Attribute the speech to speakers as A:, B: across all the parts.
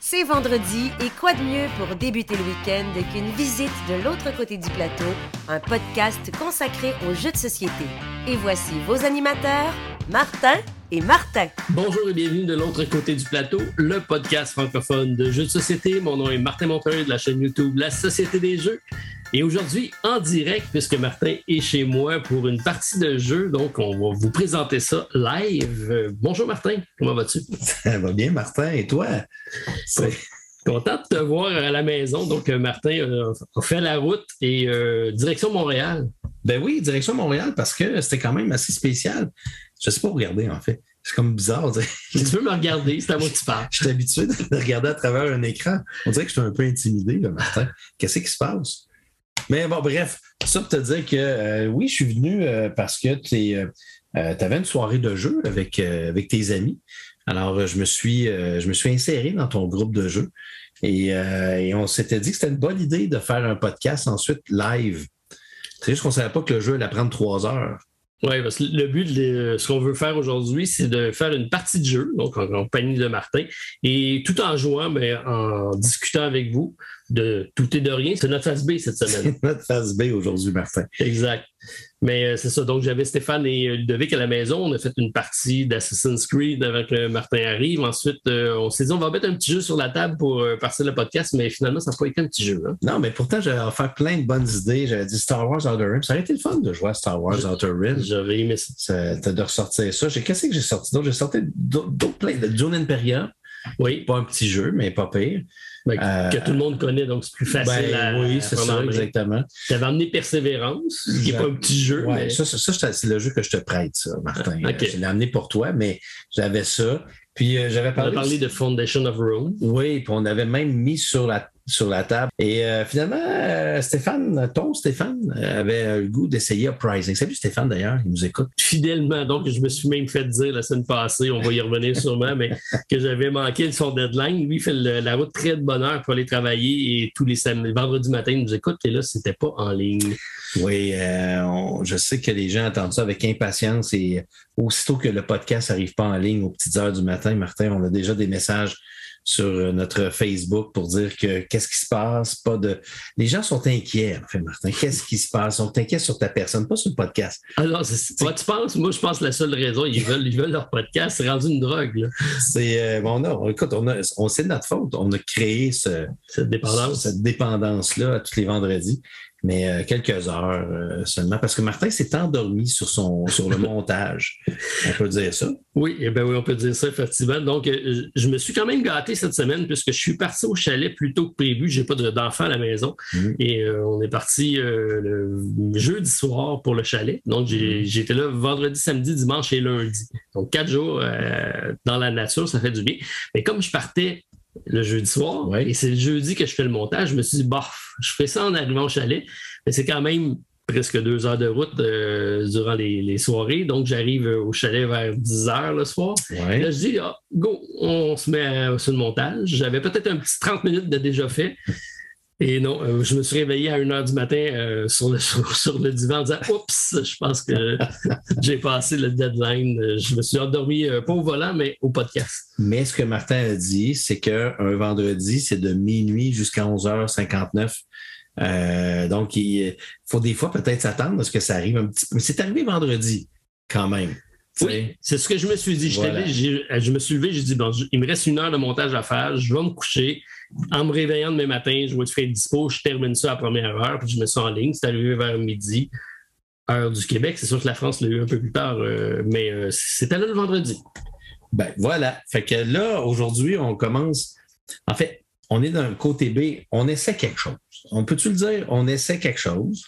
A: C'est vendredi et quoi de mieux pour débuter le week-end qu'une visite de l'autre côté du plateau, un podcast consacré aux jeux de société. Et voici vos animateurs, Martin et Martin.
B: Bonjour et bienvenue de l'autre côté du plateau, le podcast francophone de jeux de société. Mon nom est Martin Montreuil de la chaîne YouTube La Société des Jeux. Et aujourd'hui, en direct, puisque Martin est chez moi pour une partie de jeu, donc on va vous présenter ça live. Euh, bonjour Martin, comment vas-tu?
C: Ça va bien, Martin, et toi?
B: Ouais. Content de te voir à la maison. Donc, euh, Martin euh, a fait la route et euh, direction Montréal.
C: Ben oui, direction Montréal, parce que c'était quand même assez spécial. Je sais pas regarder, en fait. C'est comme bizarre. tu sais.
B: Tu peux me regarder, c'est à moi que tu parles.
C: Je suis habitué de regarder à travers un écran. On dirait que je suis un peu intimidé, là, Martin. Qu'est-ce qui se passe? Mais bon, bref, ça pour te dire que euh, oui, je suis venu euh, parce que tu avais une soirée de jeu avec, euh, avec tes amis. Alors, euh, je me, suis, euh, je me suis inséré dans ton groupe de jeu et, euh, et on s'était dit que c'était une bonne idée de faire un podcast ensuite live. C'est juste qu'on ne savait pas que le jeu allait prendre trois heures.
B: Oui, parce que le but de euh, ce qu'on veut faire aujourd'hui, c'est de faire une partie de jeu, donc en compagnie de Martin, et tout en jouant, mais en discutant avec vous de tout et de rien. C'est notre face B cette semaine.
C: C'est notre phase B aujourd'hui, Martin.
B: Exact. Mais euh, c'est ça. Donc, j'avais Stéphane et euh, Ludovic à la maison. On a fait une partie d'Assassin's Creed avec euh, Martin Arrive. Ensuite, euh, on s'est dit, on va mettre un petit jeu sur la table pour euh, partir le podcast, mais finalement, ça n'a pas été un petit jeu. hein.
C: Non, mais pourtant, j'avais offert plein de bonnes idées. J'avais dit Star Wars Outer Rim. Ça aurait été le fun de jouer à Star Wars Outer Rim.
B: J'avais aimé ça.
C: Ça- t'as de ressortir ça. J'ai- Qu'est-ce que j'ai sorti d'autre? J'ai sorti d'autres d'autres plein de Dune Imperium.
B: Oui,
C: Pas un petit jeu, mais pas pire.
B: Ben,
C: Euh,
B: que tout le monde connaît, donc Ah, c'est plus facile
C: Ben
B: à.
C: oui, c'est ça, exactement.
B: J'avais emmené Persévérance, qui n'est
C: Je-
B: pas un petit jeu,
C: Ouais,
B: mais
C: ça, ça, ça, c'est- c'est le jeu que je te prête, ça, Martin.
B: Ah, ok.
C: Euh, Je l'ai amené pour toi, mais j'avais ça. Puis euh, j'avais
B: on a
C: parlé.
B: parlé
C: aussi-
B: de Foundation of Rome.
C: Oui, puis on avait même mis sur la, sur la table. Et euh, finalement, euh, Stéphane, ton Stéphane, euh, avait euh, le goût d'essayer Uprising. Salut Stéphane d'ailleurs, il nous écoute.
B: fidèlement. Donc, je me suis même fait dire la semaine passée, on va y revenir sûrement, mais que j'avais manqué son deadline. Lui, il fait le- la route très de bonne heure pour aller travailler et tous les samedis, vendredis matin, il nous écoute. Et là, c'était pas en ligne.
C: Oui, euh, on- je sais que les gens attendent ça avec impatience et euh, aussitôt que le podcast n'arrive pas en ligne aux petites heures du matin, Martin, on a déjà des messages sur euh, notre Facebook pour dire que qu'est-ce qui se passe, pas de. Les gens sont inquiets, en fait, Martin. Qu'est-ce qui se passe? Ils sont inquiets sur ta personne, pas sur le podcast.
B: Alors, Ah c'est- ouais, tu penses? Moi, je pense que la seule raison, ils veulent, ils veulent leur podcast, c'est rendu une drogue, là,
C: C'est euh, bon, non, écoute, on a, on c'est de notre faute. On a créé ce,
B: cette dépendance.
C: cette dépendance-là à tous les vendredis, mais euh, quelques heures euh, seulement, parce que Martin s'est endormi sur son sur le montage. On peut dire ça.
B: Oui, eh ben oui, on peut dire ça effectivement. Donc, euh, je me suis quand même gâté cette semaine puisque je suis parti au chalet plus tôt que prévu. J'ai pas de- d'enfants à la maison
C: Mhm.
B: et euh, on est parti euh, le jeudi soir pour le chalet. Donc, j'ai- j'étais là vendredi, samedi, dimanche et lundi. Donc, quatre jours euh, dans la nature, ça fait du bien. Mais comme je partais le jeudi soir
C: Ouais.
B: et c'est le jeudi que je fais le montage, je me suis dit, bof, je fais ça en arrivant au chalet, mais c'est quand même presque deux heures de route euh, durant les, les soirées. Donc, j'arrive euh, au chalet vers 10 heures le soir. Et
C: Ouais.
B: Là, je dis, ah, go, on se met à- sur le montage. J'avais peut-être un petit 30 minutes de déjà fait. Et non, euh, je me suis réveillé à 1 h du matin euh, sur, le, sur, sur le divan en disant Oups, je pense que j'ai passé le deadline. Euh, Je me suis endormi, euh, pas au volant, mais au podcast.
C: Mais ce que Martin a dit, c'est qu'un vendredi, c'est de minuit jusqu'à 11h59. Euh, donc, il faut des fois peut-être s'attendre à ce que ça arrive un petit peu. Mais c'est arrivé vendredi, quand même. Tu sais.
B: C'est ce que je me suis dit. Je,
C: Voilà.
B: t'avais- j'ai- euh, je me suis levé, j'ai dit bon, je- il me reste une heure de montage à faire, je vais me coucher. En me réveillant demain matin, je vais être fait dispo, je termine ça à la première heure, puis je me sens en ligne. C'est arrivé vers midi, heure du Québec. C'est sûr que la France l'a eu un peu plus tard, euh, mais euh, c'était là le vendredi.
C: Ben voilà. Fait que là, aujourd'hui, on commence. En fait, on est d'un côté B, on essaie quelque chose. On peut-tu le dire? On essaie quelque chose.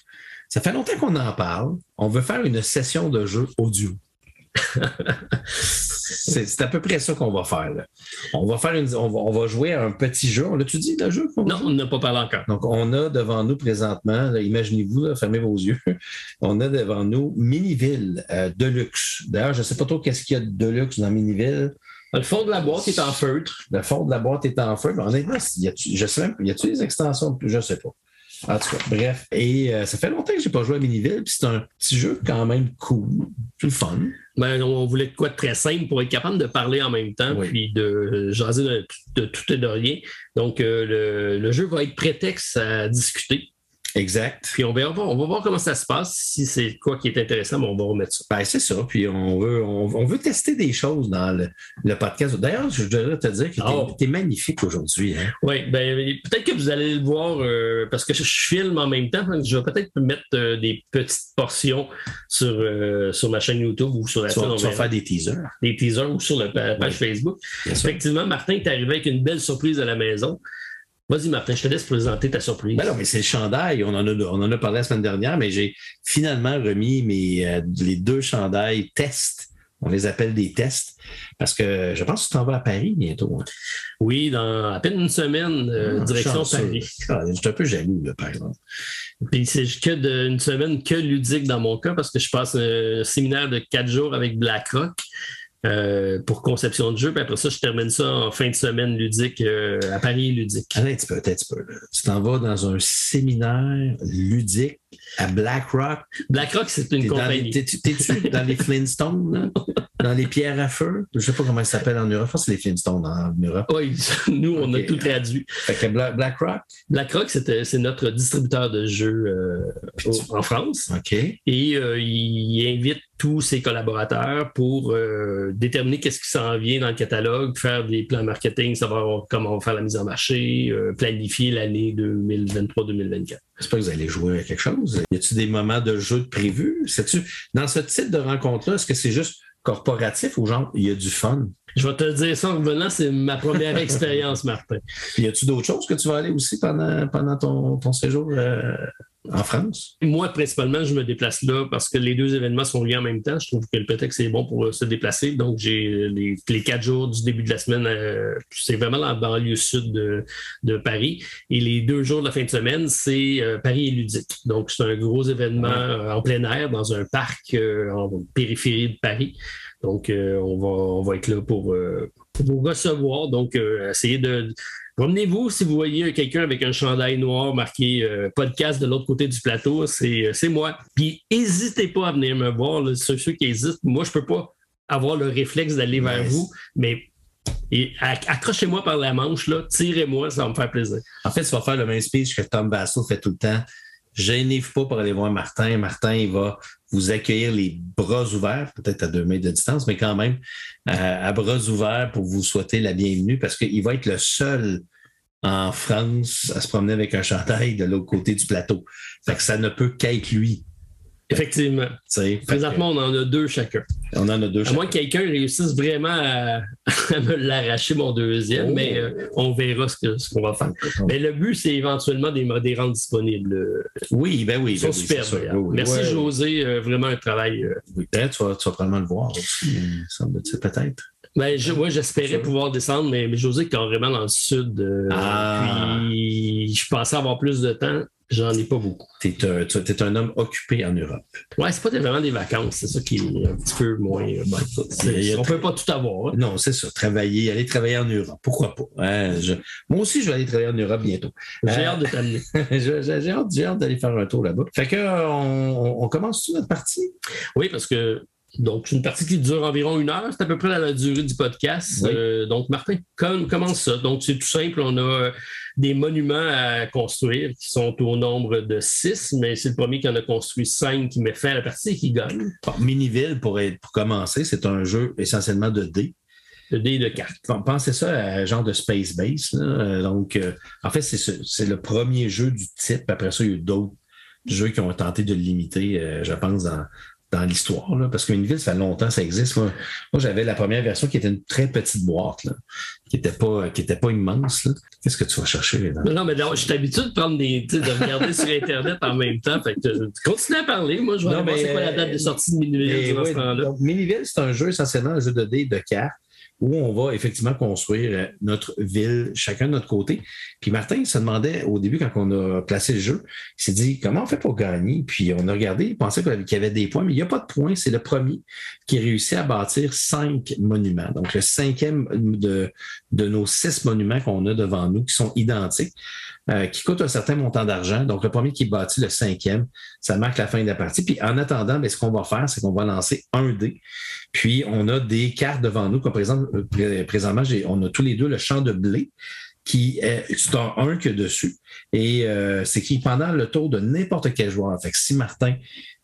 C: Ça fait longtemps qu'on en parle. On veut faire une session de jeu audio. c'est c'est à peu près ça qu'on va faire. là. On va faire une, on va, on va jouer à un petit jeu. On l'a-tu dit le jeu? qu'on
B: Non,
C: joue?
B: on n'a pas parlé encore.
C: Donc, on a devant nous présentement, là, imaginez-vous, là, fermez vos yeux, on a devant nous Miniville euh, Deluxe. D'ailleurs, je ne sais pas trop qu'est-ce qu'il y a de Deluxe dans Miniville.
B: Le fond de la boîte est en feutre.
C: Le fond de la boîte est en feu. Mais honnêtement, y a-tu- je sais même, y a-tu des extensions? Je ne sais pas. En tout cas, bref. Et euh, ça fait longtemps que j'ai pas joué à Miniville, puis c'est un petit jeu quand même cool, c'est le fun.
B: Ben, on voulait de quoi de très simple pour être capable de parler en même temps,
C: Oui.
B: puis de euh, jaser de, de tout et de rien. Donc, euh, le, le jeu va être prétexte à discuter.
C: Exact.
B: Puis on, verra, on va voir comment ça se passe. Si c'est quoi qui est intéressant, ben, on va remettre ça.
C: Ben, c'est ça. Puis on veut, on, on veut tester des choses dans le, le podcast. D'ailleurs, je devrais te dire que t'es
B: Oh.
C: t'es magnifique aujourd'hui. Hein?
B: Oui, ben, peut-être que vous allez le voir euh, parce que je, je filme en même temps. donc je vais peut-être mettre euh, des petites portions sur, euh, sur ma chaîne YouTube ou sur la
C: Tu vas,
B: chaîne, Ben, on
C: tu vas
B: verra,
C: faire des teasers.
B: des teasers ou sur la pa- page Facebook.
C: Bien sûr.
B: Effectivement, Martin est arrivé avec une belle surprise à la maison. Vas-y, Martin, je te laisse présenter ta surprise.
C: Ben non, mais c'est le chandail. On en, a, on en a parlé la semaine dernière, mais j'ai finalement remis mes, euh, les deux chandails tests. On les appelle des tests parce que je pense que tu t'en vas à Paris bientôt. hein.
B: Oui, dans à peine une semaine, euh,
C: Ah,
B: direction
C: chanceux.
B: Paris.
C: Ah, Je suis un peu jaloux, là, par exemple.
B: Puis c'est que de- une semaine que ludique dans mon cas parce que je passe un séminaire de quatre jours avec BlackRock euh, pour conception de jeu. Puis après ça, je termine ça en fin de semaine ludique euh, à Paris ludique.
C: Attends un petit peu, attends un petit peu. là. Tu t'en vas dans un séminaire ludique à BlackRock.
B: BlackRock, c'est une
C: T'es dans les-
B: compagnie.
C: t'es- T'es-tu dans les Flintstones, là? dans les pierres à feu? Je sais pas comment ça s'appelle en Europe. Je pense que c'est les Flintstones en Europe.
B: Ah Oui, nous, on
C: Ok.
B: a tout traduit.
C: Fait que Bla- BlackRock,
B: BlackRock, c'était- c'est notre distributeur de jeux euh, au- en France.
C: OK.
B: Et euh, il invite tous ses collaborateurs pour euh, déterminer qu'est-ce qui s'en vient dans le catalogue, faire des plans marketing, savoir comment on va faire la mise en marché, euh, planifier l'année 2023-2024.
C: J'espère que vous allez jouer à quelque chose. Y a-t-il des moments de jeu de prévus? Sais-tu, dans ce type de rencontre-là, est-ce que c'est juste corporatif ou genre, il y a du fun?
B: Je vais te dire ça en revenant, c'est ma première expérience, Martin.
C: Puis y a-tu d'autres choses que tu vas aller aussi pendant, pendant ton, ton séjour euh, en France?
B: Moi, principalement, je me déplace là parce que les deux événements sont liés en même temps. Je trouve que le prétexte est bon pour euh, se déplacer. Donc, j'ai euh, les, les quatre jours du début de la semaine, euh, c'est vraiment la banlieue sud de, de Paris. Et les deux jours de la fin de semaine, c'est euh, Paris et ludique. Donc, c'est un gros événement
C: Ouais.
B: euh, en plein air dans un parc euh, en périphérie de Paris. Donc, euh, on, va, on va être là pour, euh, pour vous recevoir. Donc, euh, essayez de. Promenez-vous si vous voyez quelqu'un avec un chandail noir marqué euh, podcast de l'autre côté du plateau, c'est euh, c'est moi. Puis, n'hésitez pas à venir me voir, là, ceux, ceux qui hésitent. Moi, je peux pas avoir le réflexe d'aller vers
C: Yes.
B: vous, mais et acc- accrochez-moi par la manche, là, tirez-moi, ça va me faire plaisir.
C: En fait, tu vas faire le même speech que Tom Basso fait tout le temps. Gênez-vous pas pour aller voir Martin. Martin, il va vous accueillir les bras ouverts, peut-être à deux mètres de distance, mais quand même euh, à bras ouverts pour vous souhaiter la bienvenue parce qu'il va être le seul en France à se promener avec un chandail de l'autre côté du plateau. Fait que ça ne peut qu'être lui.
B: Effectivement.
C: tu sais. Fait que,
B: Présentement, on en a deux chacun.
C: euh, on en a deux.
B: À moins que quelqu'un réussisse vraiment à, à me l'arracher, mon deuxième,
C: Oh.
B: mais euh, on verra ce que- ce qu'on va faire.
C: chacun.
B: Mais le but, c'est éventuellement des, des rentes disponibles.
C: Oui, ben oui.
B: Ils sont
C: ben oui,
B: superbes.
C: c'est sûr.
B: d'ailleurs.
C: Oui, oui.
B: Merci,
C: Ouais.
B: José. euh, vraiment un travail. euh.
C: Oui, peut-être, tu, vas, tu vas probablement le voir aussi, euh, semble-t-il, peut-être.
B: Ben, je- ouais,
C: Sûr.
B: j'espérais pouvoir descendre, mais, mais José est carrément dans le sud. euh,
C: Ah.
B: Puis, je pensais avoir plus de temps. J'en ai pas beaucoup.
C: T'es un, tu- t'es un homme occupé en Europe.
B: Ouais, c'est pas des- vraiment des vacances. C'est ça qui est un petit peu moins. euh, bon,
C: Il y
B: c'est-
C: a
B: on peut pas tout avoir. hein.
C: Non, c'est ça. Travailler, aller travailler en Europe. Pourquoi pas? hein? Je- moi aussi, je vais aller travailler en Europe bientôt.
B: J'ai
C: Euh,
B: hâte de t'amener.
C: Je- J'ai j'ai hâte, j'ai hâte d'aller faire un tour là-bas. Fait que, euh, on, on commence notre partie?
B: Oui, parce que donc c'est une partie qui dure environ une heure. C'est à peu près la, la durée du podcast.
C: Oui.
B: Euh, donc, Martin, comme, commence ça. Donc, c'est tout simple. On a euh, des monuments à construire qui sont au nombre de six, mais c'est le premier qui en a construit cinq qui met fin à la partie et qui gagne.
C: Bon, Miniville, pour, être- pour commencer, c'est un jeu essentiellement de dés.
B: Le dé de cartes.
C: Bon, Pensez ça à un genre de Space Base. là. Euh, Donc, euh, en fait, c'est ce- c'est le premier jeu du type. Après ça, il y a eu d'autres jeux qui ont tenté de le limiter, euh, je pense, dans, dans l'histoire. là. Parce qu'une ville, ça fait longtemps, ça existe. Moi, moi, j'avais la première version qui était une très petite boîte, là, qui n'était pas, qui était pas immense. là. Qu'est-ce que tu vas chercher? Là?
B: Non, non, mais non, je suis habitué de prendre des. tu sais, de regarder sur Internet en même temps. Fait que euh, continue à parler. Moi, je vais
C: Non,
B: aller voir
C: mais, euh,
B: c'est quoi la date de sortie de minuit
C: Et
B: durant
C: ouais,
B: ce temps-là.
C: donc, Miniville, c'est un jeu essentiellement un jeu de dés et de cartes où on va effectivement construire euh, notre ville, chacun de notre côté. Puis Martin se demandait au début, quand on a placé le jeu, il s'est dit comment on fait pour gagner? Puis on a regardé, il pensait qu'il y avait des points, mais il n'y a pas de points. C'est le premier qui réussit à bâtir cinq monuments. Donc le cinquième de, de nos six monuments qu'on a devant nous qui sont identiques. euh, qui coûte un certain montant d'argent. Donc, le premier qui bâtit le cinquième, ça marque la fin de la partie. Puis en attendant, bien, ce qu'on va faire, c'est qu'on va lancer un dé. Puis on a des cartes devant nous, comme par exemple, euh, pré- présentement, j'ai- on a tous les deux le champ de blé qui est c'est un 1 que dessus. Et euh, c'est qui pendant le tour de n'importe quel joueur. Fait que si Martin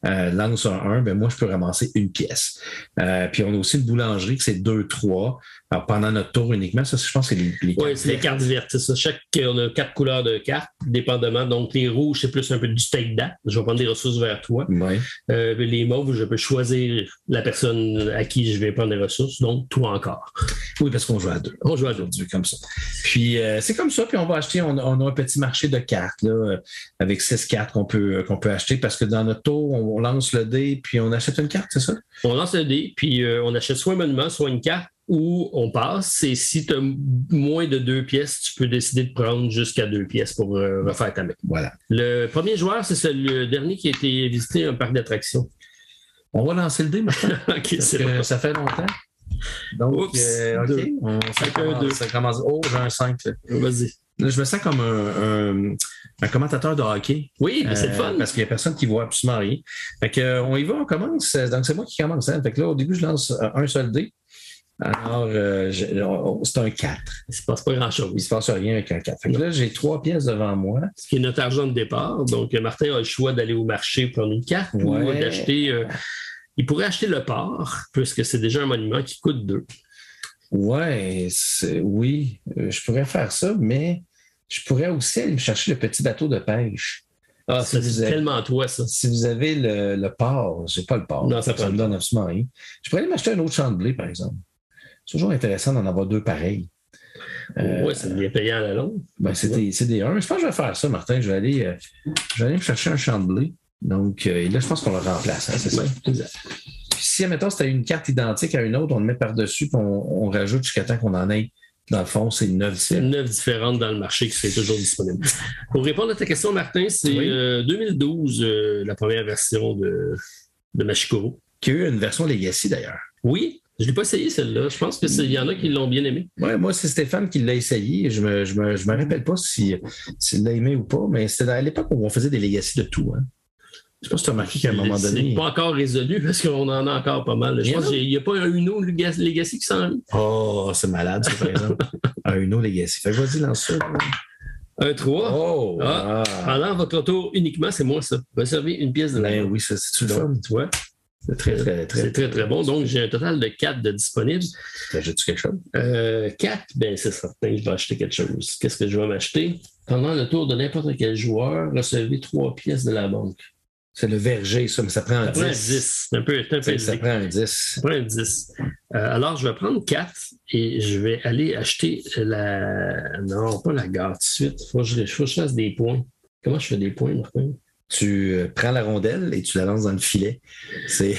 C: euh, lance un 1, ben moi, je peux ramasser une pièce. Euh, puis on a aussi une boulangerie que c'est 2-3. Alors, pendant notre tour uniquement, ça, je pense que c'est les, les
B: Oui,
C: cartes
B: c'est les cartes vertes. c'est ça. Chaque, on a quatre couleurs de cartes, dépendamment. Donc, les rouges, c'est plus un peu du steak date. Je vais prendre des ressources vers toi.
C: Ouais.
B: Euh, les mauves, je peux choisir la personne à qui je vais prendre des ressources. Donc, toi encore.
C: Oui, parce qu'on joue à deux.
B: On joue à deux.
C: aujourd'hui, comme ça. Puis euh, c'est comme ça, puis on va acheter, on, a- on a un petit marché de cartes, là, euh, avec six cartes qu'on peut, euh, qu'on peut acheter, parce que dans notre tour, on, on lance le dé, puis on achète une carte, c'est ça?
B: On lance le dé, puis euh, on achète soit un monument, soit une carte, ou on passe. Et si tu as moins de deux pièces, tu peux décider de prendre jusqu'à deux pièces pour euh, refaire ta main.
C: Voilà.
B: Le premier joueur, c'est celui, le dernier qui a été visité un parc d'attractions.
C: On va lancer le dé, maintenant,
B: OK,
C: parce
B: c'est
C: que
B: bon.
C: ça fait longtemps. Donc,
B: Oups,
C: euh, OK,
B: deux.
C: on, ça,
B: Chacun
C: commence,
B: deux.
C: ça commence- Oh, j'ai un 5.
B: Vas-y.
C: je me sens comme un, un- un commentateur de hockey.
B: Oui, mais c'est le
C: Euh,
B: fun.
C: Parce qu'il n'y a personne qui voit absolument rien. Fait que, euh, on y va, on commence. Donc, c'est moi qui commence. hein. Fait que là, au début, je lance euh, un seul dé. Alors, euh, je- on- c'est un 4.
B: Il se passe pas
C: Il ne
B: grand-chose.
C: se passe rien avec un 4. Fait que là, j'ai trois pièces devant moi.
B: Ce qui est notre argent de départ. Donc, euh, Martin a le choix d'aller au marché prendre une carte ou
C: Ouais.
B: d'acheter. euh, il pourrait acheter le port, puisque c'est déjà un monument qui coûte deux.
C: Ouais, c'est- oui, euh, je pourrais faire ça, mais je pourrais aussi aller me chercher le petit bateau de pêche.
B: Ah,
C: Si
B: ça,
C: vous
B: c'est
C: avez-
B: tellement toi, ça.
C: Si vous avez le, le port, je n'ai pas le port.
B: Non, ça prend
C: ne me
B: le
C: donne absolument rien. Je pourrais aller m'acheter un autre champ de blé, par exemple. C'est toujours intéressant d'en avoir deux pareils. Euh,
B: oui, ça devient payant à la longue.
C: Ben, c'est des- c'est des 1. Je pense que je vais faire ça, Martin. Je vais aller, euh, je vais aller me chercher un champ de blé. Donc, euh, et là, je pense qu'on le remplace. hein, c'est ça?
B: Ouais, exact.
C: Puis si, admettons, c'était une carte identique à une autre, on le met par-dessus puis on, on rajoute jusqu'à temps qu'on en ait. Dans le fond, c'est 9
B: C'est neuf différentes dans le marché qui seraient toujours disponibles. Pour répondre à ta question, Martin, c'est
C: Oui.
B: euh, 2012, euh, la première version de, de Machikoro.
C: Qui a eu une version Legacy, d'ailleurs.
B: Oui, je ne l'ai pas essayé celle-là. Je pense qu'il y en a qui l'ont bien aimé.
C: Ouais, moi, c'est Stéphane qui l'a essayé. Je me, je me, je me rappelle pas s'il si, s'il l'a aimé ou pas, mais c'était à l'époque où on faisait des Legacy de tout. Hein. Je sais pas si tu as remarqué qu'à un moment
B: C'est
C: donné.
B: pas encore résolu parce qu'on en a encore pas mal.
C: Il
B: Je
C: y en
B: pense
C: a.
B: qu'il n'y a pas un Uno Legacy Legacy qui s'en vient.
C: Oh, c'est malade, ça, par exemple. un Uno Legacy. Fait que vas-y, lance ça.
B: Un 3.
C: Oh!
B: Ah.
C: ah.
B: Pendant votre tour uniquement, c'est moi ça. Réservez une pièce de la
C: Ben
B: main.
C: oui, ça, c'est-tu le fun?
B: Donc, tu vois,
C: C'est très, très,
B: c'est
C: très.
B: très très bon. Donc, j'ai un total de 4 de disponibles.
C: T'ajoutes-tu quelque chose?
B: 4, ben c'est certain que je vais acheter quelque chose. Qu'est-ce que je vais m'acheter? Pendant le tour de n'importe quel joueur, recevez 3 pièces de la banque.
C: C'est le verger, ça, mais ça prend un
B: Ça prend un
C: 10.
B: 10. C'est un peu, c'est un peu
C: Ça
B: élevé.
C: prend un 10.
B: Ça prend un 10. Euh, alors, je vais prendre 4 et je vais aller acheter la. Non, pas la gare tout de suite. Faut que je, faut que je fasse des points. Comment je fais des points, Martin?
C: tu euh, prends la rondelle et tu la lances dans le filet. C'est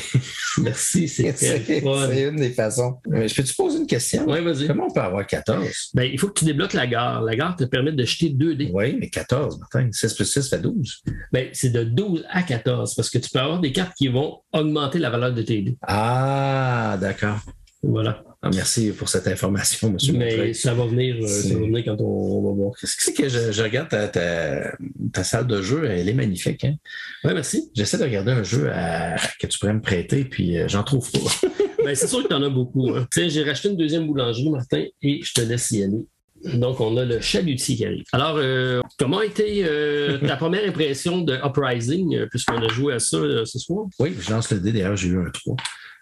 B: Merci, c'est
C: c'est-
B: très fun.
C: c'est une des façons. Mais je peux te poser une question?
B: Ouais, vas-y.
C: Comment on peut avoir 14?
B: Ben, il faut que tu débloques la gare. La gare te permet de jeter 2 dés.
C: Oui, mais 14, Martin. 6 plus 6 fait 12.
B: Ben, c'est de 12 à 14 parce que tu peux avoir des cartes qui vont augmenter la valeur de tes dés.
C: Ah, d'accord.
B: Voilà.
C: Ah, merci pour cette information, monsieur.
B: Mais
C: Montreuil.
B: ça va venir, euh,
C: C'est-
B: ça va venir quand on, on va voir.
C: Qu'est-ce que c'est que je, je regarde ta, ta- ta salle de jeu? Elle est magnifique. Hein?
B: Ouais, merci.
C: J'essaie de regarder un jeu à- que tu pourrais me prêter, puis euh, j'en trouve pas.
B: Ben, c'est sûr que tu en as beaucoup. hein. Tu sais, j'ai racheté une deuxième boulangerie, Martin, et je te laisse y aller. Donc, on a le chalutier qui arrive. Alors, euh, comment a été euh, ta première impression de Uprising, euh, puisqu'on a joué à ça euh, ce soir?
C: Oui, je lance le dé. D'ailleurs, j'ai eu un 3.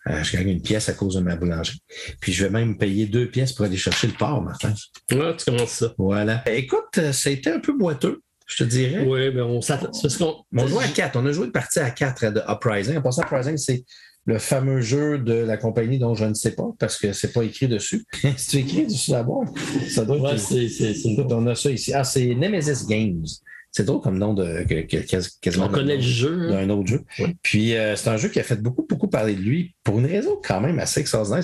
C: Euh, je gagne une pièce à cause de ma boulangerie. Puis je vais même payer deux pièces pour aller chercher le porc, Martin.
B: Ah, tu commences ça.
C: Voilà. Écoute, euh, ça a été un peu boiteux, je te dirais.
B: Oui, ben, on s'attend. c'est Parce qu'on
C: Mais on joue à 4. On a joué une partie à 4 de Uprising. En passant, Uprising, c'est le fameux jeu de la compagnie dont je ne sais pas parce que c'est pas écrit dessus. si tu écris dessus la boîte, ça doit
B: Ouais,
C: être.
B: c'est- c'est- c'est une-
C: Écoute, on a ça ici. Ah, c'est Nemesis Games. C'est drôle comme nom de. que- que- quas- quasiment
B: On connaît le jeu. hein.
C: d'un autre jeu.
B: Oui.
C: Puis euh, c'est un jeu qui a fait beaucoup, beaucoup parler de lui pour une raison quand même assez extraordinaire.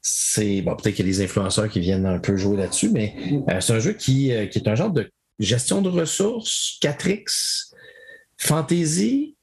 C: C'est bon, peut-être qu'il y a des influenceurs qui viennent un peu jouer là-dessus, mais euh, c'est un jeu qui, euh, qui est un genre de gestion de ressources, 4X, fantasy.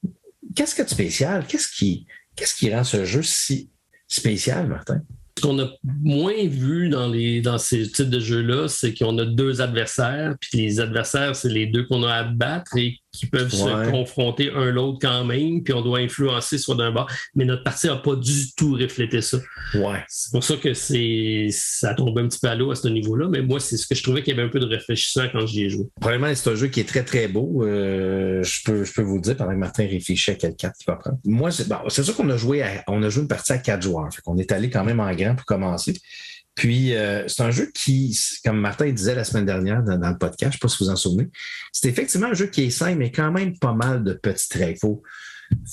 C: Qu'est-ce qu'il y a de spécial? Qu'est-ce qui, qu'est-ce qui rend ce jeu si spécial, Martin?
B: Ce qu'on a moins vu dans, les, dans ces types de jeux-là, c'est qu'on a deux adversaires, puis les adversaires, c'est les deux qu'on a à battre et qui peuvent se
C: Ouais.
B: confronter un l'autre quand même, puis on doit influencer soit d'un bord. Mais notre partie n'a pas du tout reflété ça.
C: Ouais.
B: C'est pour ça que c'est ça tombe un petit peu à l'eau à ce niveau-là, mais moi, c'est ce que je trouvais qu'il y avait un peu de réfléchissant quand j'y ai joué.
C: Premièrement, c'est un jeu qui est très, très beau. Euh, je, peux, je peux vous le dire pendant que Martin réfléchit à quelle carte il va prendre. Moi, c'est bon, c'est sûr qu'on a joué à- on a joué une partie à quatre joueurs. Fait qu'on est allé quand même en grand pour commencer. Puis, euh, c'est un jeu qui, comme Martin disait la semaine dernière dans, dans le podcast, je ne sais pas si vous en souvenez, c'est effectivement un jeu qui est simple, mais quand même pas mal de petits traits. Il faut,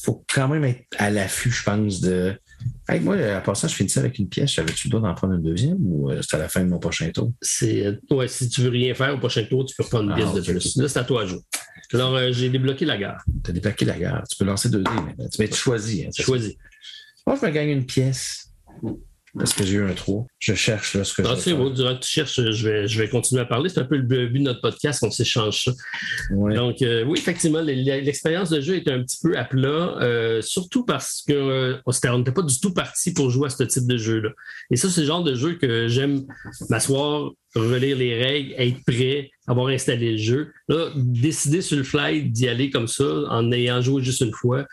C: faut quand même être à l'affût, je pense, de. Hey, moi, à part ça, je finissais avec une pièce. J'avais-tu le droit d'en prendre une deuxième ou euh, c'était à la fin de mon prochain tour?
B: C'est euh, ouais, si tu veux rien faire au prochain tour, tu peux reprendre une
C: Ah,
B: pièce
C: ok,
B: de plus. Là, c'est à toi de jouer. Alors, euh, j'ai débloqué la gare.
C: Tu as débarqué la gare. Tu peux lancer deux dés maintenant. Tu, mais tu choisis. hein.
B: Tu choisis.
C: Moi, je me gagne une pièce. Parce que j'ai eu un 3. Je cherche là, ce que
B: Ah,
C: je
B: tu sais,
C: veux
B: bon, durant que tu cherches, euh, je vais, je vais continuer à parler. C'est un peu le but but de notre podcast, on s'échange ça.
C: faire. Ouais.
B: Donc, euh, oui, effectivement, l- l- l'expérience de jeu est un petit peu à plat, euh, surtout parce que euh, on s'était- on n'était pas du tout parti pour jouer à ce type de jeu-là. Et ça, c'est le genre de jeu que j'aime m'asseoir, relire les règles, être prêt, avoir installé le jeu. Là, décider sur le fly d'y aller comme ça, en ayant joué juste une fois,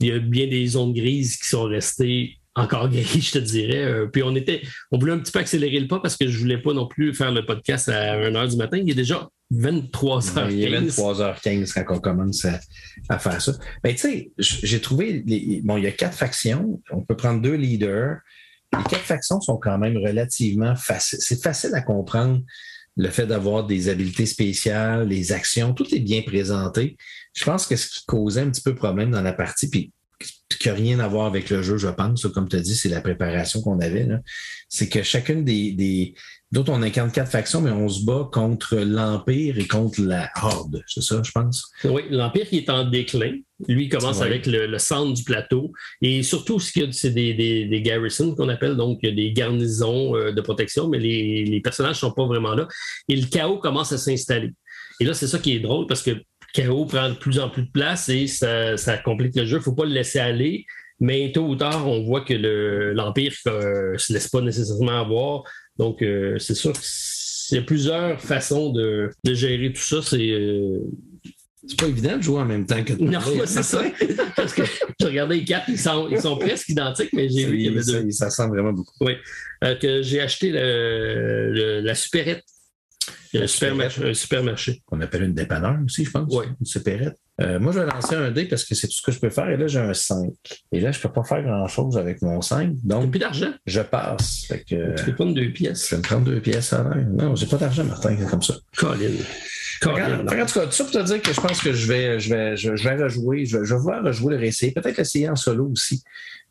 B: il y a bien des zones grises qui sont restées encore grises, je te dirais. Euh, puis on était, on voulait un petit peu accélérer le pas parce que je voulais pas non plus faire le podcast à 1h du matin. Il est déjà 23h15.
C: Il est 23h15 quand on commence à, à faire ça. Mais tu sais, j- j'ai trouvé. les- bon, il y a quatre factions. On peut prendre deux leaders. Les quatre factions sont quand même relativement faciles. C'est facile à comprendre le fait d'avoir des habilités spéciales, les actions, tout est bien présenté. Je pense que ce qui causait un petit peu problème dans la partie, puis qui n'a rien à voir avec le jeu, je pense, comme tu as dit, c'est la préparation qu'on avait, là. c'est que chacune des, des, D'autres, on incarne quatre factions, mais on se bat contre l'Empire et contre la Horde. C'est ça, je pense.
B: Oui, l'Empire qui est en déclin. Lui, il commence
C: Ouais.
B: avec le, le centre du plateau. Et surtout, ce qu'il y a, c'est des, des- des garrisons qu'on appelle, donc il y a des garnisons euh, de protection, mais les, les personnages ne sont pas vraiment là. Et le chaos commence à s'installer. Et là, c'est ça qui est drôle parce que le chaos prend de plus en plus de place et ça, ça complique le jeu. Il ne faut pas le laisser aller. Mais tôt ou tard, on voit que le- l'Empire ne se laisse pas nécessairement avoir. Donc, euh, c'est sûr qu'il y a plusieurs façons de, de gérer tout ça. C'est. euh,
C: C'est pas évident de jouer en même temps que de
B: non,
C: parler, hein,
B: c'est ça.
C: Martin?
B: Parce que je regardais les quatre, ils sont, ils sont presque identiques, mais j'ai vu qu'il y avait
C: Ça,
B: deux.
C: ça ressemble vraiment beaucoup.
B: Euh, que j'ai acheté le- le- la supérette.
C: La
B: Un supermarché. Un supermarché.
C: On appelle une dépanneur aussi, je pense.
B: Ouais.
C: Une supérette. Euh, moi, je vais lancer un dé parce que c'est tout ce que je peux faire. Et là, j'ai un 5. Et là, je peux pas faire grand-chose avec mon 5.
B: T'as
C: Donc,
B: plus d'argent.
C: je passe. Fait que, euh,
B: Tu peux prendre deux pièces.
C: je vais me prendre deux pièces à l'heure. Non, j'ai pas d'argent, Martin, comme ça.
B: Colin. Colin.
C: Regarde, en tout cas, tout ça pour te dire que je pense que je vais, je vais, je, je vais rejouer, je, vais- je vais vouloir rejouer le réessayer, peut-être l'essayer en solo aussi.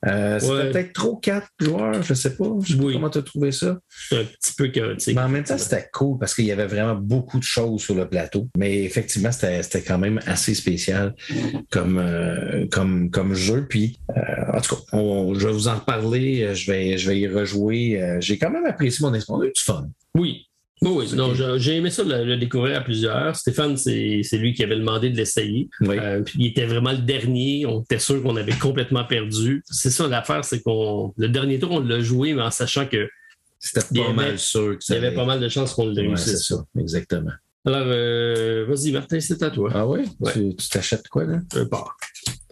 C: Euh, C'était
B: Ouais.
C: peut-être trop quatre joueurs, je ne sais pas. Je sais pas
B: Oui.
C: Comment tu as trouvé ça?
B: C'est un petit peu chaotique.
C: Mais en même temps, c'était cool parce qu'il y avait vraiment beaucoup de choses sur le plateau. Mais effectivement, c'était c'était quand même assez spécial comme, euh, comme, comme jeu. Puis, euh, en tout cas, on- je vais vous en reparler. euh, Je vais, je vais y rejouer. Euh, J'ai quand même apprécié mon expérience. On a eu du fun.
B: Oui. Oui, oui. Non, je- j'ai aimé ça le, le découvrir à plusieurs. Stéphane, c'est c'est lui qui avait demandé de l'essayer.
C: Oui.
B: Euh, puis il était vraiment le dernier. On était sûr qu'on avait complètement perdu. C'est ça l'affaire, c'est qu'on le dernier tour, on l'a joué, mais en sachant que
C: C'était
B: il y
C: pas
B: avait-
C: mal sûr que
B: Il
C: ça
B: y avait
C: allait-
B: pas mal de chances qu'on le
C: Ouais, c'est
B: réussisse.
C: ça, exactement.
B: Alors, euh, vas-y, Martin, c'est à toi. Euh,
C: Ah oui?
B: Ouais.
C: Tu tu t'achètes quoi, là?
B: Un part.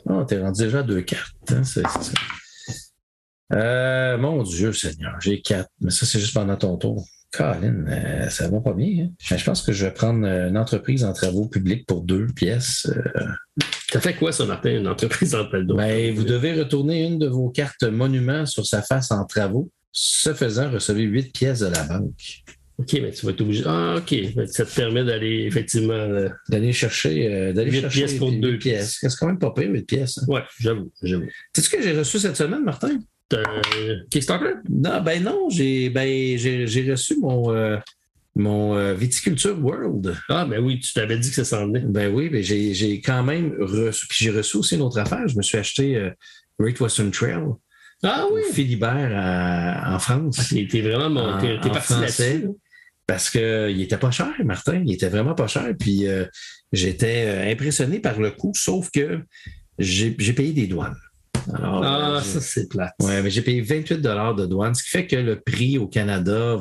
C: Ah, t'es rendu déjà à deux cartes. hein, c'est- c'est ça. Euh, mon Dieu, Seigneur, j'ai quatre. Mais ça, c'est juste pendant ton tour. Colin, euh, ça va pas bien. hein? Je pense que je vais prendre euh, une entreprise en travaux publics pour deux pièces. Euh,
B: T'as fait quoi, ça, Martin, une entreprise en plein d'eau?
C: ben, vous devez retourner une de vos cartes monuments sur sa face en travaux. Ce faisant, recevez huit pièces de la banque.
B: OK, mais tu vas être obligé. Ah, OK. Ben, Ça te permet d'aller, effectivement. euh,
C: D'aller chercher, euh, d'aller
B: Huit
C: chercher
B: pièces pour
C: huit
B: deux
C: pièces. C'est quand même pas pire, huit pièces. hein.
B: Ouais, j'avoue, j'avoue.
C: Tu sais ce que j'ai reçu cette semaine, Martin?
B: T'as un Kickstarter?
C: Non, ben non, j'ai ben, j'ai- j'ai reçu mon, euh, mon euh, Viticulture World.
B: Ah, ben oui, tu t'avais dit que ça s'en venait.
C: Ben oui, ben j'ai j'ai quand même reçu. Puis j'ai reçu aussi une autre affaire. Je me suis acheté euh, Great Western Trail
B: Ah
C: au
B: oui!
C: Philibert à- en France.
B: T'es t'es vraiment mon.
C: En-
B: T'es t'es
C: en
B: parti
C: français.
B: là-dessus.
C: Parce qu'il était pas cher, Martin. Il était vraiment pas cher. Puis euh, j'étais euh, impressionné par le coût, sauf que j'ai j'ai payé des douanes. Alors,
B: Ah,
C: euh,
B: ça, c'est plate.
C: Ouais, mais j'ai payé 28 de douane, ce qui fait que le prix au Canada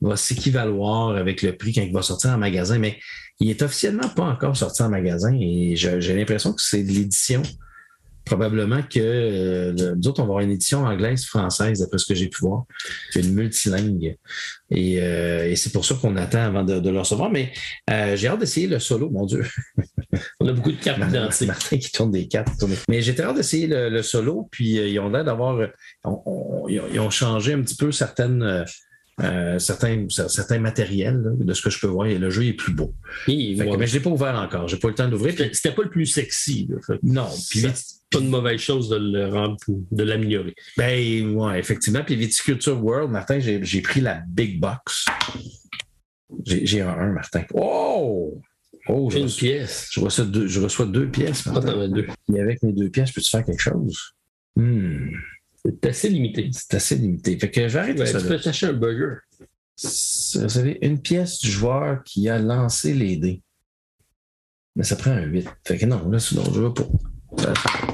C: va s'équivaloir avec le prix quand il va sortir en magasin, mais il est officiellement pas encore sorti en magasin et je- j'ai l'impression que c'est de l'édition. Probablement que euh, le- nous autres, on va avoir une édition anglaise, française, d'après ce que j'ai pu voir, une multilingue. Et, euh, et c'est pour ça qu'on attend avant de, de le recevoir. Mais euh, j'ai hâte d'essayer le solo, mon Dieu.
B: On a beaucoup de cartes
C: C'est
B: d'identité.
C: Martin qui tourne des cartes. tourne des- Mais j'étais hâte d'essayer le, le solo, puis euh, ils ont l'air d'avoir. euh, on- on- ils, ont, ils ont changé un petit peu certaines, euh, euh, certains, cer- certains matériels là, de ce que je peux voir. Et le jeu est plus beau.
B: Hi,
C: Fait que- ben,
B: ouais.
C: Mais je ne l'ai pas ouvert encore. J'ai pas eu le temps d'ouvrir. puis-
B: C'était c'était pas le plus sexy. là. Fait que
C: Non, puis
B: C'est pas une mauvaise chose de le rendre, de l'améliorer.
C: Ben, ouais, effectivement. Puis Viticulture World, Martin, j'ai j'ai pris la Big Box. J'ai j'ai un, un, Martin. Oh! Oh, je
B: Une
C: reçois,
B: pièce.
C: je reçois deux, je reçois deux pièces,
B: Ah, t'en
C: Martin.
B: as deux.
C: Et avec mes deux pièces, peux-tu faire quelque chose? Hmm,
B: C'est assez limité.
C: c'est assez limité. Fait que je vais arrêter
B: Ouais,
C: ça.
B: tu
C: là.
B: peux t'acheter un burger.
C: C'est- Vous savez, une pièce du joueur qui a lancé les dés. Mais ça prend un 8. Fait que non, là, sinon, je veux pas.